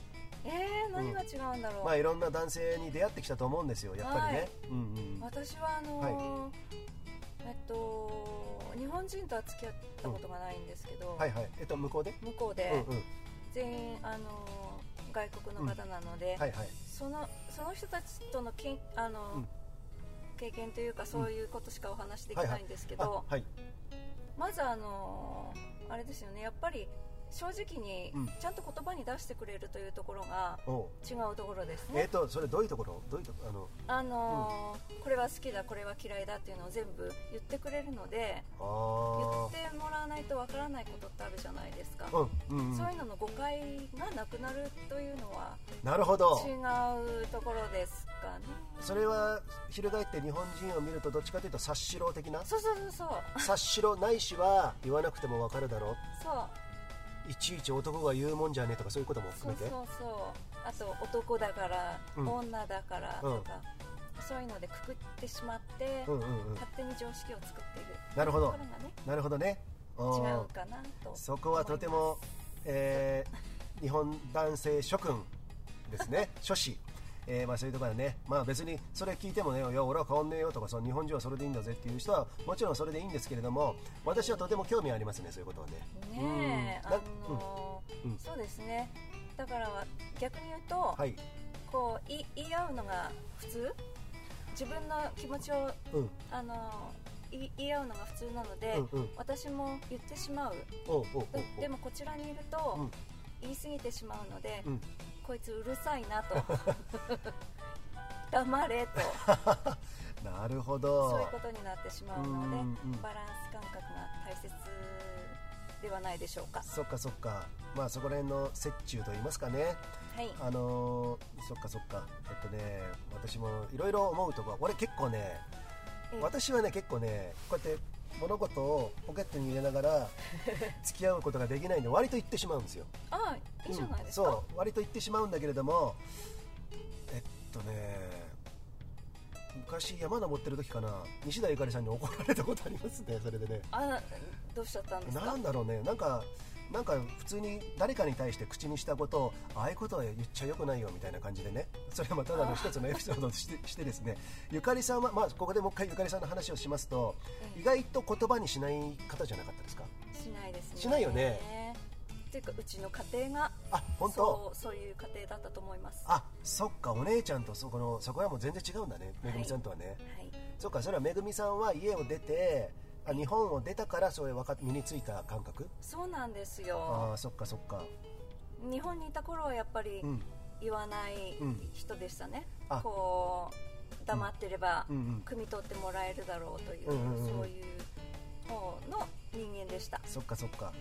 えー、何が違うんだろう、
まあ、いろんな男性に出会ってきたと思うんですよ、やっぱりね。うんうん
私はあのーえっと日本人とは付き合ったことがないんですけど、
はいはい、えっと、向こうで。
向こう
う
で
んうん、
全員、あのー外国の方なので、
はいはい。
そのその人たちとのけんあの、
うん
経験というかそういうことしかお話しできないんですけど、
あ、はい。
まずあのあれですよねやっぱり正直に
うん
ちゃんと言葉に出してくれるというところが
おう
違うところです
え
ね
っ、と、それどういうところ、どういうところ、あの。
あのーこれは好きだこれは嫌いだっていうのを全部言ってくれるので言
あ
ってもらわないとわからないことってあるじゃないですか、
あ。うん、うん、う
そうんい。うのの誤解がなくなるというのは
なるほど。
違うところですかね
それは翻って日本人を見ると、どっちかというと、察しろ的な。
そうそうそうそう
察しろないしは、言わなくてもわかるだろ
そう
う。いちいち男が言うもんじゃねえとか、そういうことも
そ
含
う
め
そう
て。
そうあと男だから、
うん
女だから
うん
とか、そういうのでくくってしまって、
うん、うん、うん。
勝手に常識を作っている
なるほ
と
ど
ころ。がね
なるほどね。
違
うん
うかなと
そこはとても、え日本男性諸君です ね諸子えーまあ、そういうところでね、まあ、別にそれ聞いてもね、いや俺は変わんねえよとかその日本人はそれでいいんだぜっていう人はもちろんそれでいいんですけれども私はとても興味ありますね、そういうことはね。
ねえ、
うん
あのー
うんうん
そうですねだから逆に言うと、
はい、
こうい言い合うのが普通自分の気持ちを
うん
あのーい言い合うのが普通なので、
うんうん
私も言ってしまう
おうおうおうおう
でもこちらにいると、
うん
言い過ぎてしまうので、
うん
こいつうるさいなと 黙れと
なるほ
そういう
ど
ことになってしまうので
うんうん
バランス感覚が大切ではないでしょうか
そっかそっかまあそこら辺の折衷と言いますかね
はい
あのーそっかそっかえっとね私もいろいろ思うとこ俺結構ね
ええ
私はね結構ねこうやって物事をポケットに入れなが ら付き合うことができないんで割と言ってしまうんですよ
あいいじゃないです
うん
か、
そう割と言ってしまうんだけれどもえっとね昔山登ってる時かな西田ゆかりさんに怒られたことありますねそれでね
あどうしちゃったんです
な
か
んだろうねなんかなんか普通に誰かに対して口にしたことをああいうことは言っちゃよくないよみたいな感じでねそれはまあただの一つのエピソードとして してですねゆかりさんは、まあ、ここでもう一回ゆかりさんの話をしますと
ええ
意外と言葉にしない方じゃなかったですか
しないですね
しないよね
っていうかうちの家庭が
あ本当
そうそういう家庭だったと思いますは
あそっかお姉ちゃんとそこのそこはもう全然違うんだねめぐみさんとはね、
い
そっかそれはめぐみさんは家を出てあ日本を出たからそういうわか身についた感覚
そうなんです
あ
よ
あそっかそっか
日本にいた頃はやっぱり
うん
言わない
うん
人でしたね、
あ
こう黙ってれば
うんうん
汲み取ってもらえるだろうという,、
うんうんうん
そういう方の人間でした、
そっかそっか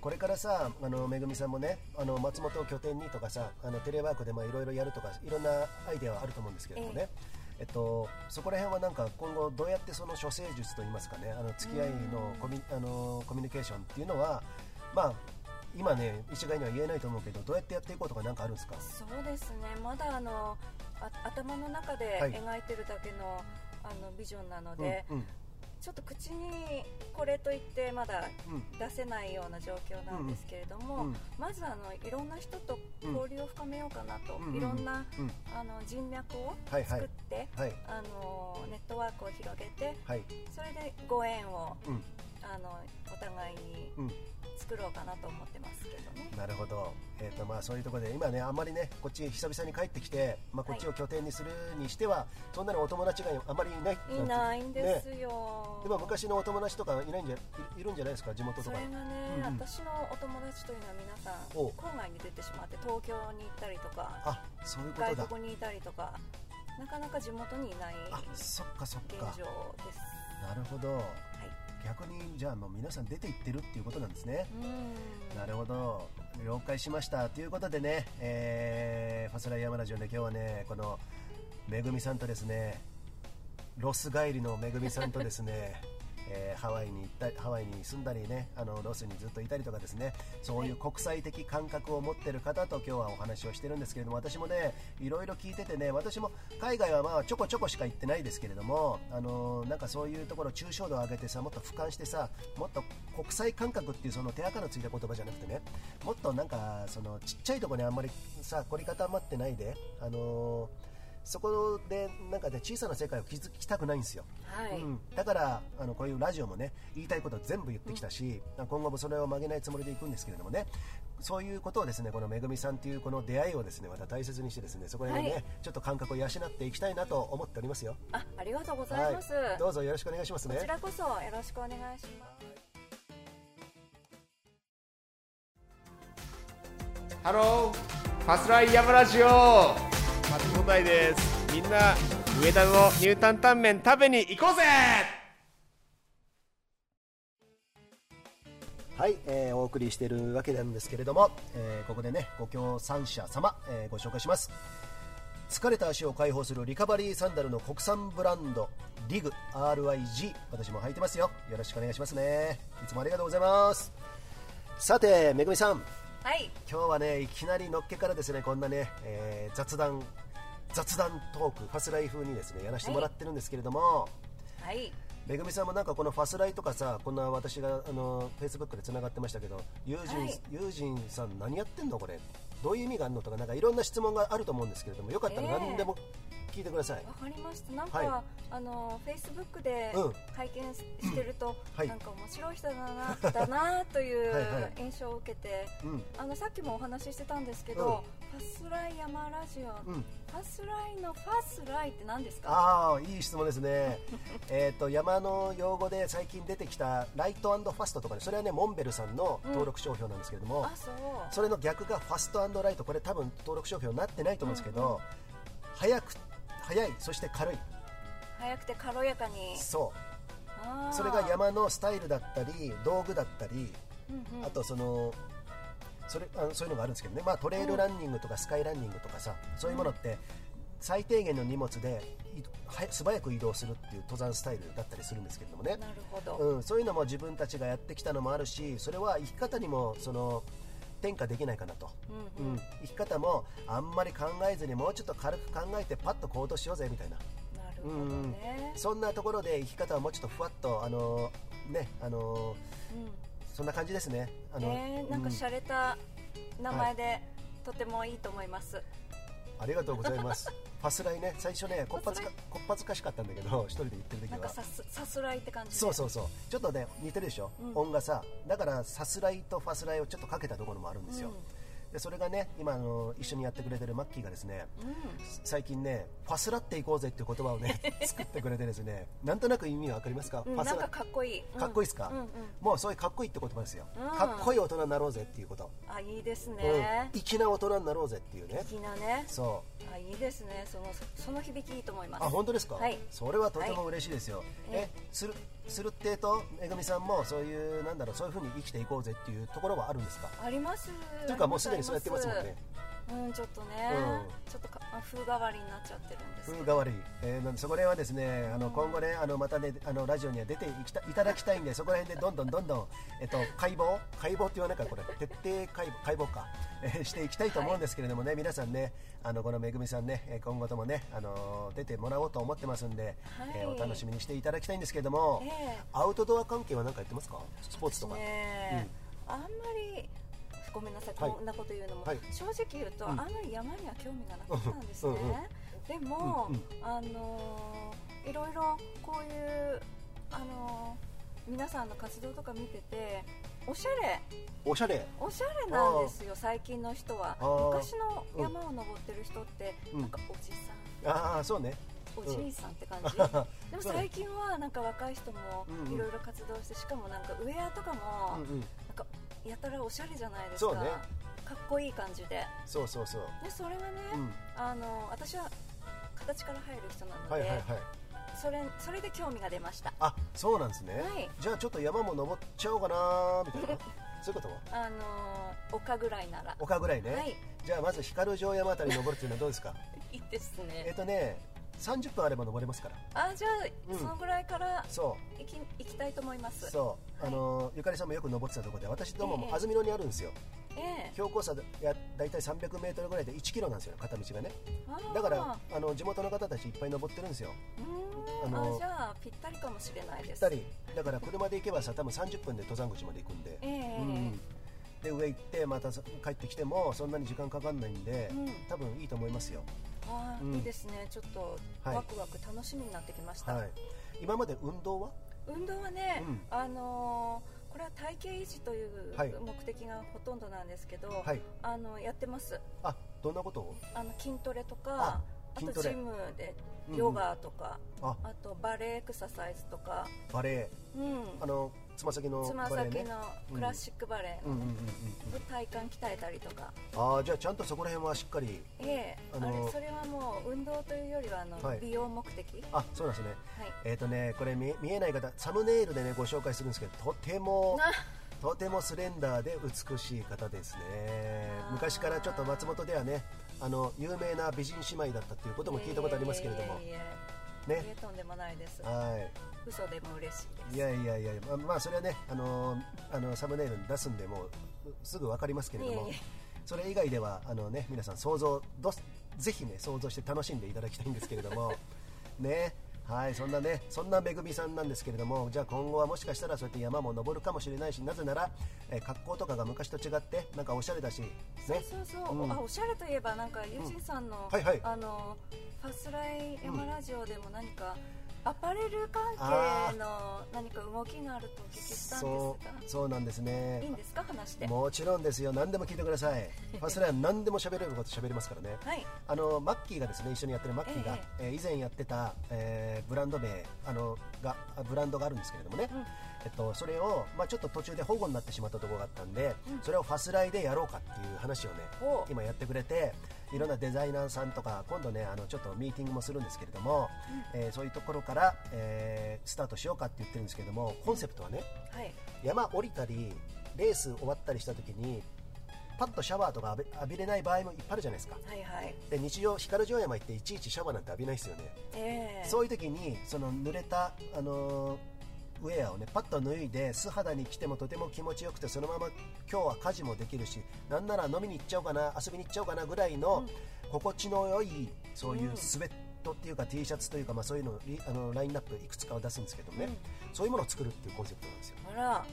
これからさあのめぐみさんもねあの松本を拠点にとかさあのテレワークでもいろいろやるとかいろんなアイデアはあると思うんですけれどもね、えっと、そこら辺はなんか今後どうやってその処世術といいますかねあの付き合いのコミ,、あのコミュニケーションっていうのはまあ今ね一概には言えないと思うけどどうやってやっていこうとかなんかあるんですか
そうですねまだあのあ頭の中で
はい
描いてるだけの,、あのビジョンなので、
うんうん
ちょっと口にこれといってまだ
うん
出せないような状況なんですけれども、
うん
まずあのいろんな人と交流を深めようかなと、
うん
いろんな、
うん
あの人脈を
はいは
作っ
い
て、
はい
あのネットワークを広げて
はい
それでご縁を
うん
あのお互いに
うん
作ろうかなと思ってますけどね
なるほど、えーとまあ、そういうところで今ねあんまりねこっち久々に帰ってきて、まあ、こっちを拠点にするにしては、そんなにお友達があんまりいない
いないんです
ね、
よ、
でも昔のお友達とかいないんじゃいいるんじゃないですか地元
そ
と
れ
か
がね、
うんうん
私のお友達というのは皆さん
お
郊外に出てしまって東京に行ったりとか
あそういうこと
外
だ
国にいたりとかなかなか地元にいない
あそっかそっ
現
か
状です
なるほど
はい
逆にじゃあもう皆さん出て行ってるっていうことなんですね、
うん
なるほど了解しましたということでね、えー、ファスライヤーマラジオで今日はねこのめぐみさんとですねロス帰りのめぐみさんとですねえーハワイに行ったハワイに住んだりねあのロスにずっといたりとかですねそういう国際的感覚を持ってる方と今日はお話をしてるんですけれども私もねいろいろ聞いててね私も海外はまあちょこちょこしか行ってないですけれどもあのなんかそういうところ抽象度を上げてさもっと俯瞰してさもっと国際感覚っていうその手垢のついた言葉じゃなくてねもっとなんかそのちっちゃいところにあんまりさ凝り固まってないであのそこでなんかね小さな世界を築きたくないんですよ。
はい、
うん、だからあのこういうラジオもね言いたいこと全部言ってきたし、今後もそれを曲げないつもりでいくんですけれどもねそういうことをですねこのめぐみさんというこの出会いをですねまた大切にしてですねそこら辺ね、
はい
ちょっと感覚を養っていきたいなと思っておりますよ
あありがとうございます、
はい、どうぞよろしくお願いします
こ
ね
ちらこそよろしくお願いします
ハローファスライヤマラジオ松本大ですみんな上田の牛タンタンメン食べに行こうぜ
はい、えーお送りしているわけなんですけれども、えーここでねご協賛者様、えーご紹介します疲れた足を解放するリカバリーサンダルの国産ブランドリグ RIG 私も履いてますよよろしくお願いしますねいつもありがとうございますさてめぐみさん
はい
今日はねいきなりのっけからですねこんなね、えー雑談雑談トークファスライ風にですねやらせてもらってるんですけれども、
はい
めぐみさんもなんかこのファスライとかさこんな私があのフェイスブックでつながってましたけど友人、
はい
友人さん何やってんのこれどういう意味があるのとかなんかいろんな質問があると思うんですけれどもよかったら
ええ
何でも聞いてください、
わかりました。なんか、
はい
あのフェイスブックで
うん
拝見ししてると、
はい
なんか面白い人だなだなとい う
はいはい
印象を受けて、
うん
あのさっきもお話ししてたんですけど、ファスライ山ラジオ、
う
フ
ん、
ァスライのファスライって何ですか？
ああいい質問ですね えっと山の用語で最近出てきたライトファストとかねそれはねモンベルさんの登録商標なんですけれども、
あ、そう。
それの逆がファストライトこれ多分登録商標になってないと思うんですけど、早く早いそして軽い
早くて軽やかに。
そう
あー
それが、山のスタイルだったり道具だったり
うんうん
あとそのそれあのそういうのがあるんですけどね、まあ、トレイルランニングとかスカイランニングとかさそういうものって最低限の荷物でいは素早く移動するっていう登山スタイルだったりするんですけれどもね
な、るほど。
うん、そういうのも自分たちがやってきたのもあるしそれは生き方にもその転嫁できないかなと。
う
うん
うん
ん、生き方もあんまり考えずにもうちょっと軽く考えてパッと行動しようぜみたいな
なるほどね。
そんなところで生き方はもうちょっとふわっとあのーねあのー
うん
そんな感じですね。あの、
えー、なんか
うん
洒落た名前で、とてもいいと思います。
ありがとうござい ます。ファスライね、最初ね、こっぱずか
ファス、
こっぱずかしかったんだけど、 一人で言ってる時
なんか
は
さ。すさすらいって感じで。
そうそうそう、ちょっとね、似てるでしょ、
うん
音がさ、だから、さすらいとファスライをちょっとかけたところもあるんですよ。で、それがね、今、あの、一緒にやってくれてるマッキーがですね。
うん。うん。
最近ね、ファスラっていこうぜっていう言葉を ね、作ってくれてですね。なんとなく意味がわかりますか。
うん
ファ
な
ス
ん
ラ
か。かっこいい。うん
かっこいいっすか、
うんうん。
もうそういうかっこいいって言葉ですよ、
うん
かっこいい大人になろうぜっていうこと、
あ、いいです
うん
ね。
粋な大人になろうぜっていうね
粋なね。
そう
あ、いいですね。そのその響きいいと思います。
あ本当ですか、
はい
それはとても嬉しいですよ、
え
えするするってえとめぐみさんもそういうなんだろうそういうふうに生きていこうぜっていうところはあるんですか
あります。
というかもうすでにそうやってますもんね
あります。うん、ちょっとね、
うん
ちょっとかあ風変わりになっちゃってるんですけ
風
ど。
変わり、えーなんでそこら辺はですねあの今後ねあのまたねあのラジオには出ていきたいただきたいんでそこら辺でどんどんどんどん、えっと、解剖解剖って言わないからこれ徹底解剖解剖か、えーしていきたいと思うんですけれどもね、皆さんねあのこのめぐみさんねえー今後ともねあの出てもらおうと思ってますんで、えー
は
お
い
楽しみにしていただきたいんですけれども、
ええ
アウトドア関係は何かやってますかスポーツとか、
ねあんまりごめんなさい、
はい
こんなこと言うのも、
はい
正直言うと、
うん
あんまり山には興味がなかったんです
うん
ね
うん、
でも、
うんうん
あのーいろいろこういう、あのー皆さんの活動とか見てておしゃれ
おしゃれ
おしゃれなんですよ最近の人は
あー
昔の山を登ってる人って、
うん
なんかおじさん
ああそうね
おじいさんって感じ、でも
そうね
最近はなんか若い人も
うんうん
いろいろ活動してしかもなんかウェアとか
う
も、
んうん
なんかやたらおしゃれじゃないですか
そうね
かっこいい感じで
そうそうそう、
でそれがね、
うん、
あの私は形から入る人なので、
はいはいはい
それそれで興味が出ました
あそうなんですね、
はい
じゃあちょっと山も登っちゃおうかなみたいなそういうことは
あの丘ぐらいなら
丘ぐらいね、
はい
じゃあまず光城山あたり登るっていうのはどうですか
いいです
えっ
ね
とね30分あれば登れますから
あじゃあ、
うん
そのぐらいから
そ
行き行きたいと思いま
う
す
そう、
はい
あのゆかりさんもよく登ってたところで私ども
え
も
え
安曇野にあるんですよ、
ええ
標高差でやだいたい 300m ぐらいで1キロなんですよ片道がね
あー
だからあの地元の方たちいっぱい登ってるんですよ
うーん
あの
あじゃあぴったりかもしれない
ぴ
で
っ
す
たりだから車で行けばさ多分30分で登山口まで行くんで、
ええ
うんで上行ってまたそ帰ってきてもそんなに時間かかんないんで、
うん
多分いいと思いますよ、
あ
う
ー
ん
いいですねちょっと
はい
ワクワク楽しみになってきました、
はい、今まで運動は
運動はね、
うん
あのーこれは体型維持という
はい
目的がほとんどなんですけど、
はい
あのやってます
あどんなことを
あの筋トレと
あ
かあ
筋ト
と
レ
ジムで
うんうん
ヨガとか、
あ
あとバレエエクササイズとか、
バレエ
うん、
あのつま先の
つま
バレエ
先
ね
のクラシックバレエ
うん
の
うんうんうん
で体幹鍛えたりとか、
ああじゃあちゃんとそこら辺はしっかり
ええ
あ
あ
のー
れそれはもう運動というよりはあの、
はい
美容目的
あそうなんですね
はい
えっ、とねこれ見え見えない方サムネイルでねご紹介するんですけどとても
な
とてもスレンダーで美しい方ですね
あー
昔からちょっと松本ではねあの有名な美人姉妹だったっていうことも聞いたことありますけれども
いえいえいえいえい
ね
えとんでもないです
はい
嘘でも嬉しいです
いやいやいや、まあ、まあそれはね、あのーあのサムネイルに出すんで、もううすぐ分かりますけれども、
いえいえ
それ以外ではあの、ね、 皆さん想像どうす、ぜひね、想像して楽しんでいただきたいんですけれども、ねはいそんなねそんなめぐみさんなんですけれどもじゃあ今後はもしかしたらそうやって山も登るかもしれないしなぜなら、えー格好とかが昔と違ってなんかおしゃれだしね
そうそうそう、
うん
あおしゃれといえばなんかユージンさんの、
はいはい
あのファスライ山ラジオでも何か、アパレル関係の何か動きがあるとお聞きしたん
そ
です
うそうなんです
がいいん
ね
ですか話しては
もちろんですよ何でも聞いてくださ いファスライは何でも喋れること喋りますからね
い
あのマッキーがですね一緒にやってるマッキーが、えー以前やってた、えーブランド名あのがあブランドがあるんですけれどもね、
うん
えっと、それを、まあ、ちょっと途中で保護になってしまったところがあったんで、それをファスライでやろうかっていう話をね
お
今やってくれていろんなデザイナーさんとか今度ねあのちょっとミーティングもするんですけれども、えーそういうところから、えースタートしようかって言ってるんですけれどもコンセプトはね
はい
山降りたりレース終わったりした時にパッとシャワーとか浴び浴びれない場合もいっぱいあるじゃないですか。
はいはい
で日常、光城山行っていちいちシャワーなんて浴びないですよね、
ええ
そういう時にその濡れた、あのーウェアをねパッと脱いで素肌に着てもとても気持ちよくてそのまま今日は家事もできるしなんなら飲みに行っちゃおうかな遊びに行っちゃおうかなぐらいの心地の良いそういうスウェットっていうか T シャツというか、まあ、そういうのをリあのラインナップいくつかを出すんですけどね、そういうものを作るっていうコンセプトなんですよ
あら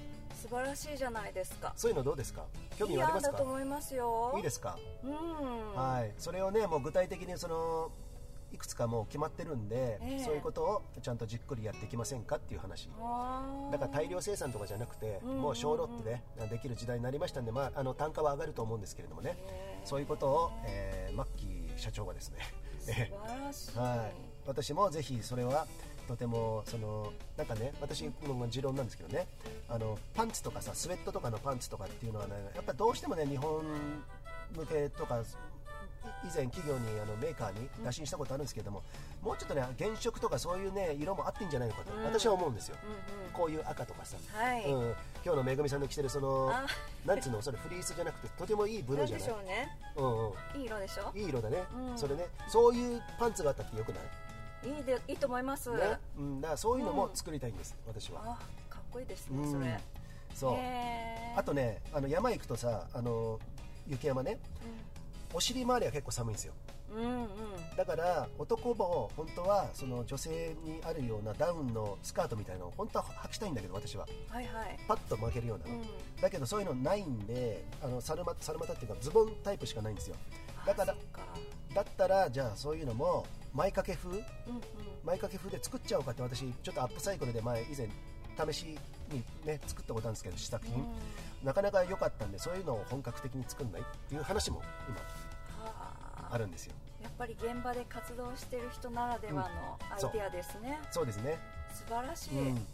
素晴らしいじゃないですか
そういうのどうですか興
い
味
い
はあり
案
ます
だ
か
と思いますよ
いいですか
うんは
はい、それをねもう具体的にそのいくつかもう決まってるんで、
ええ
そういうことをちゃんとじっくりやっていきませんかっていう話
あ
だから大量生産とかじゃなくて、
んうん
もう小ロットでできる時代になりましたんで、まあ、あの単価は上がると思うんですけれどもね、
え
そういうことを、えーマッキー社長がですね
素晴らしい、
はい、私もぜひそれはとてもそのなんかね私の持論なんですけどねあのパンツとかさスウェットとかのパンツとかっていうのは、ね、やっぱどうしてもね日本向けとか以前企業にあのメーカーに打診したことあるんですけども、もうちょっとね原色とかそういうね色もあってんじゃないのかと、
うん
私は思うんですよ、
うんうん
こういう赤とかさ、
はい
うん、今日のめぐみさんの着てるその
あ
なんつうのそれフリースじゃなくてとてもいいブル
な
ー
ん
じゃ
で
ない
しょうね
うんうん
いい色でしょ
いい色だね、
うん
それねそういうパンツがあったってよくない
いいでいいと思います、
ね、うん、だからそういうのも作りたいんです、私は。
あかっこいいです
う
ね
ん
それ
そう、
へー
あとね、あの山行くとさ、あの雪山ね、お尻周りは結構寒いんですよ。
うんうんうん
だから男も本当はその女性にあるようなダウンのスカートみたいなのを本当は履きたいんだけど私は
はいはい
パッと巻けるような
う
の、
ん
だけどそういうのないんであの猿股猿股っていうかズボンタイプしかないんですよだから
あそっか
だったらじゃあそういうのも前掛け風
うんうん
前掛け風で作っちゃおうかって私ちょっとアップサイクルで前以前試しにね作ったことあるんですけど試作品、なかなか良かったんでそういうのを本格的に作んないっていう話も今
は
あ
あ
るんですよ
やっぱり現場で活動してる人ならでは
うん
のアイデアですね、
そうですね、
素晴らし
う
い、
ん、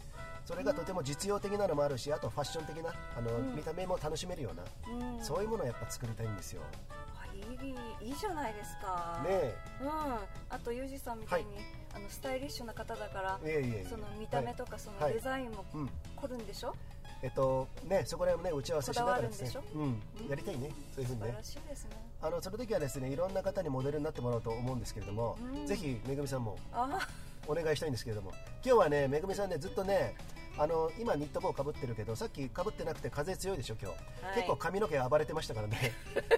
それがとても実用的なのもあるしあとファッション的なあの、見た目も楽しめるような、
うん
そういうものをやっぱ作りたいんですよね
あいいいいじゃないですか
え
うんあとユージさんみたいに、あのスタイリッシュな方だから
いえいえいえ
その見た目とかそのデザインも
いうん
凝るんでしょ、
えっとねそこら辺もね打ち合わせしながらですね
こだわ
うん、やりたいねそういうふうに
素晴
ね
らしいですね
あのその時はですねいろんな方にモデルになってもらおうと思うんですけれども、
うん
ぜひめぐみさんも
あ
お願いしたいんですけれども今日はねめぐみさんねずっとねあの今ニット帽かぶってるけどさっきかぶってなくて風強いでしょ今日、
はい
結構髪の毛暴れてましたからね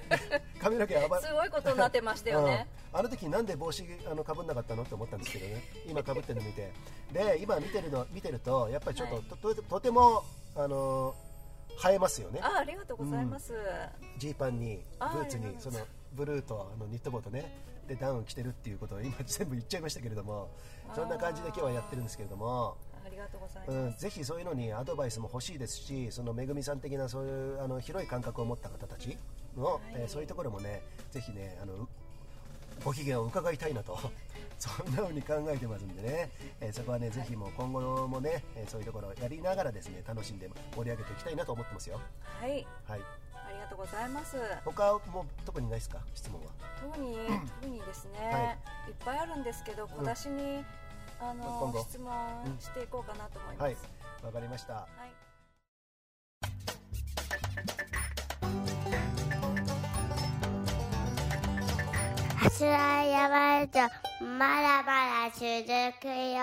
髪の毛暴れ
すごいことになってましたよね、
うんあの時なんで帽子あのかぶんなかったのって思ったんですけどね今かぶってるの見てで今見てるの見てるとやっぱりちょっと、
はい
とととてもあの映えますよね
あありがとうございます、
ジーパンにブ
あー
ーツ
あり
に
が
そ
と
う
ご
の
ざい
ブルーとあのニット帽とねでダウン着てるっていうことを今全部言っちゃいましたけれどもそんな感じで今日はやってるんですけれども、
ありがとうございます、
うん、ぜひそういうのにアドバイスも欲しいですしそのめぐみさん的なそういうあの広い感覚を持った方たちの、えーそういうところもねぜひねあのうご機嫌を伺いたいなと そんな風に考えてますんでね、えーそこはねぜひもう今後もね、えーそういうところをやりながらですね楽しんで盛り上げていきたいなと思ってますよ。
はい
はい
ありがとうございます
他も特にないですか質問は
特に特にですね、、
はい
っぱいあるんですけど小出しに、あ
今度
の質問していこうかなと思います、
はいわかりました
はい
柱山へとまだまだ続くよ。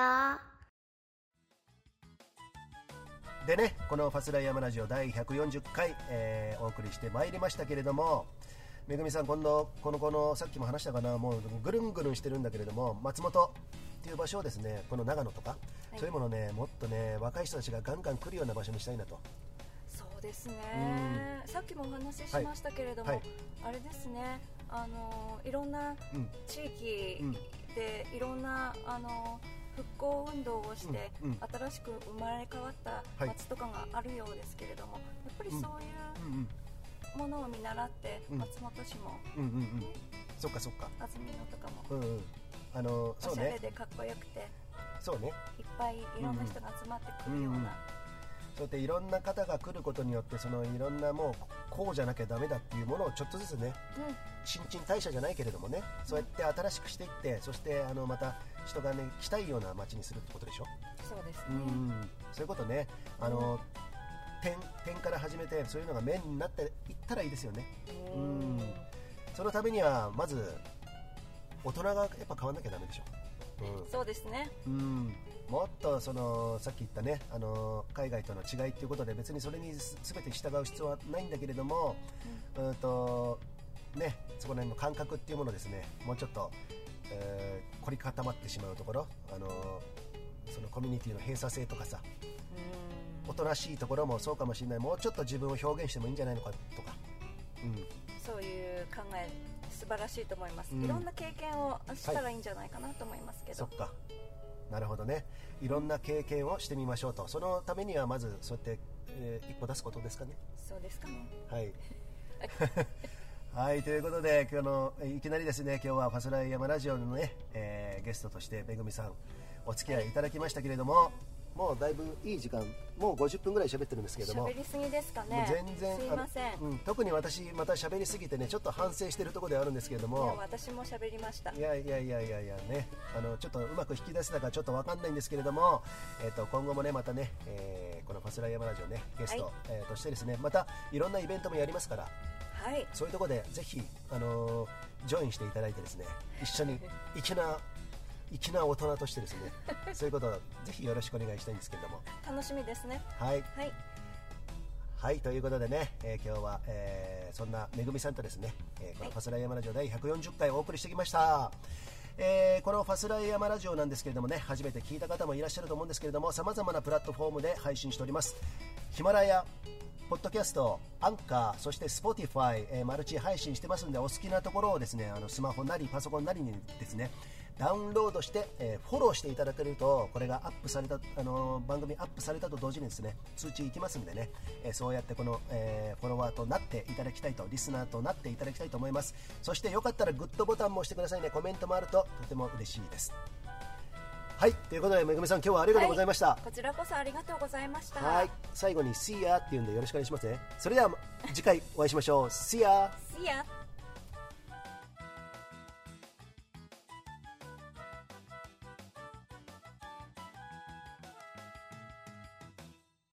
でねこの「ファスライヤマラジオ」第140回、えーお送りしてまいりましたけれどもめぐみさん今度このこのさっきも話したかなもうぐるんぐるんしてるんだけれども松本っていう場所をですねこの長野とか、
い
そういうものをねもっとね若い人たちがガンガン来るような場所にしたいなと
そうですね、さっきもお話ししましたけれども、
はい
あれですねあのいろんな
うん
地域
うん
でいろんなあの復興運動をして、
うんうん
新しく生まれ変わった
はい
町とかがあるようですけれども、やっぱり
う
そうんいう
うん
うものを見習って、
うん
松本市も
うんうんうんうんそっかそっか
安曇野とかも
うんうんあのそ
お
う
しゃれ
ね
でかっこよくて
そうね
いっぱいいろんな人が集まってくるような、
そうやっていろんな方が来ることによってそのいろんなもうこうじゃなきゃダメだっていうものをちょっとずつね
うん
新陳代謝じゃないけれどもねそうやって新しくしていってそしてあのまた人がね来たいような街にするってことでしょ
そうですね、
うんそういうことねあの、点点から始めてそういうのが面になっていったらいいですよねうんそのためにはまず大人がやっぱ変わんなきゃダメでしょうん
そうですね
うん、もっとそのさっき言ったねあの海外との違いということで別にそれにす全て従う必要はないんだけれども、うん、とねそこら辺の感覚っていうものですねもうちょっと、えー凝り固まってしまうところあのそのコミュニティの閉鎖性とかさおとなしいところもそうかもしれないもうちょっと自分を表現してもいいんじゃないのかとか、うん、
そういう考え素晴らしいと思います、
うん
いろんな経験をしたらいいんじゃないかなと思いますけど、
そっかなるほどねいろんな経験をしてみましょうとそのためにはまずそうやって、えー一歩出すことですかね
そうですかね
はい。 はい、ということで、今日の、えいきなりですね、今日はファスライヤマラジオのね、えーゲストとして、めぐみさん、お付き合いいただきましたけれども、もうだいぶいい時間、もう50分ぐらい喋ってるんですけれども、
喋りすぎですか
も
ね
う全然、
すいません
あのうん、特に私、また喋りすぎてね、ちょっと反省してるところではあるんですけれど
いや
も、
私も喋りました
いやいやいやいやいやね、あのちょっとうまく引き出せたかちょっとわかんないんですけれども、えっ、と今後もねまたね、えーこのファスライヤマラジオねゲスト、
はい
えーとしてですね、またいろんなイベントもやりますから、
はい
そういうところでぜひ、あのージョインしていただいてですね一緒 に粋な粋な大人としてですねそういうことをぜひよろしくお願いしたいんですけれども
楽しみですね
はい、
はい
はい、ということでね、えー今日は、えーそんなめぐみさんとですね、えーこの「ファスライヤマラジオ」第140回お送りしてきました。えーこのファスライヤマラジオなんですけれどもね初めて聞いた方もいらっしゃると思うんですけれどもさまざまなプラットフォームで配信しておりますヒマラヤポッドキャスト、アンカー、そして Spotify、えーマルチ配信してますんで、お好きなところをですね、あのスマホなりパソコンなりにですね、ダウンロードして、えーフォローしていただけると、これがアップされた、あのー番組アップされたと同時にですね、通知いきますんでね、えーそうやってこの、えーフォロワーとなっていただきたいと、リスナーとなっていただきたいと思います。そしてよかったらグッドボタンも押してくださいね、コメントもあるととても嬉しいです。はい、ということで、めぐみさん、今日はありがとうございました。
こちらこそありがとうございました
はい、最後に See ya って言うんでよろしくお願いしますね。それでは次回お会いしましょう。See ya!
See ya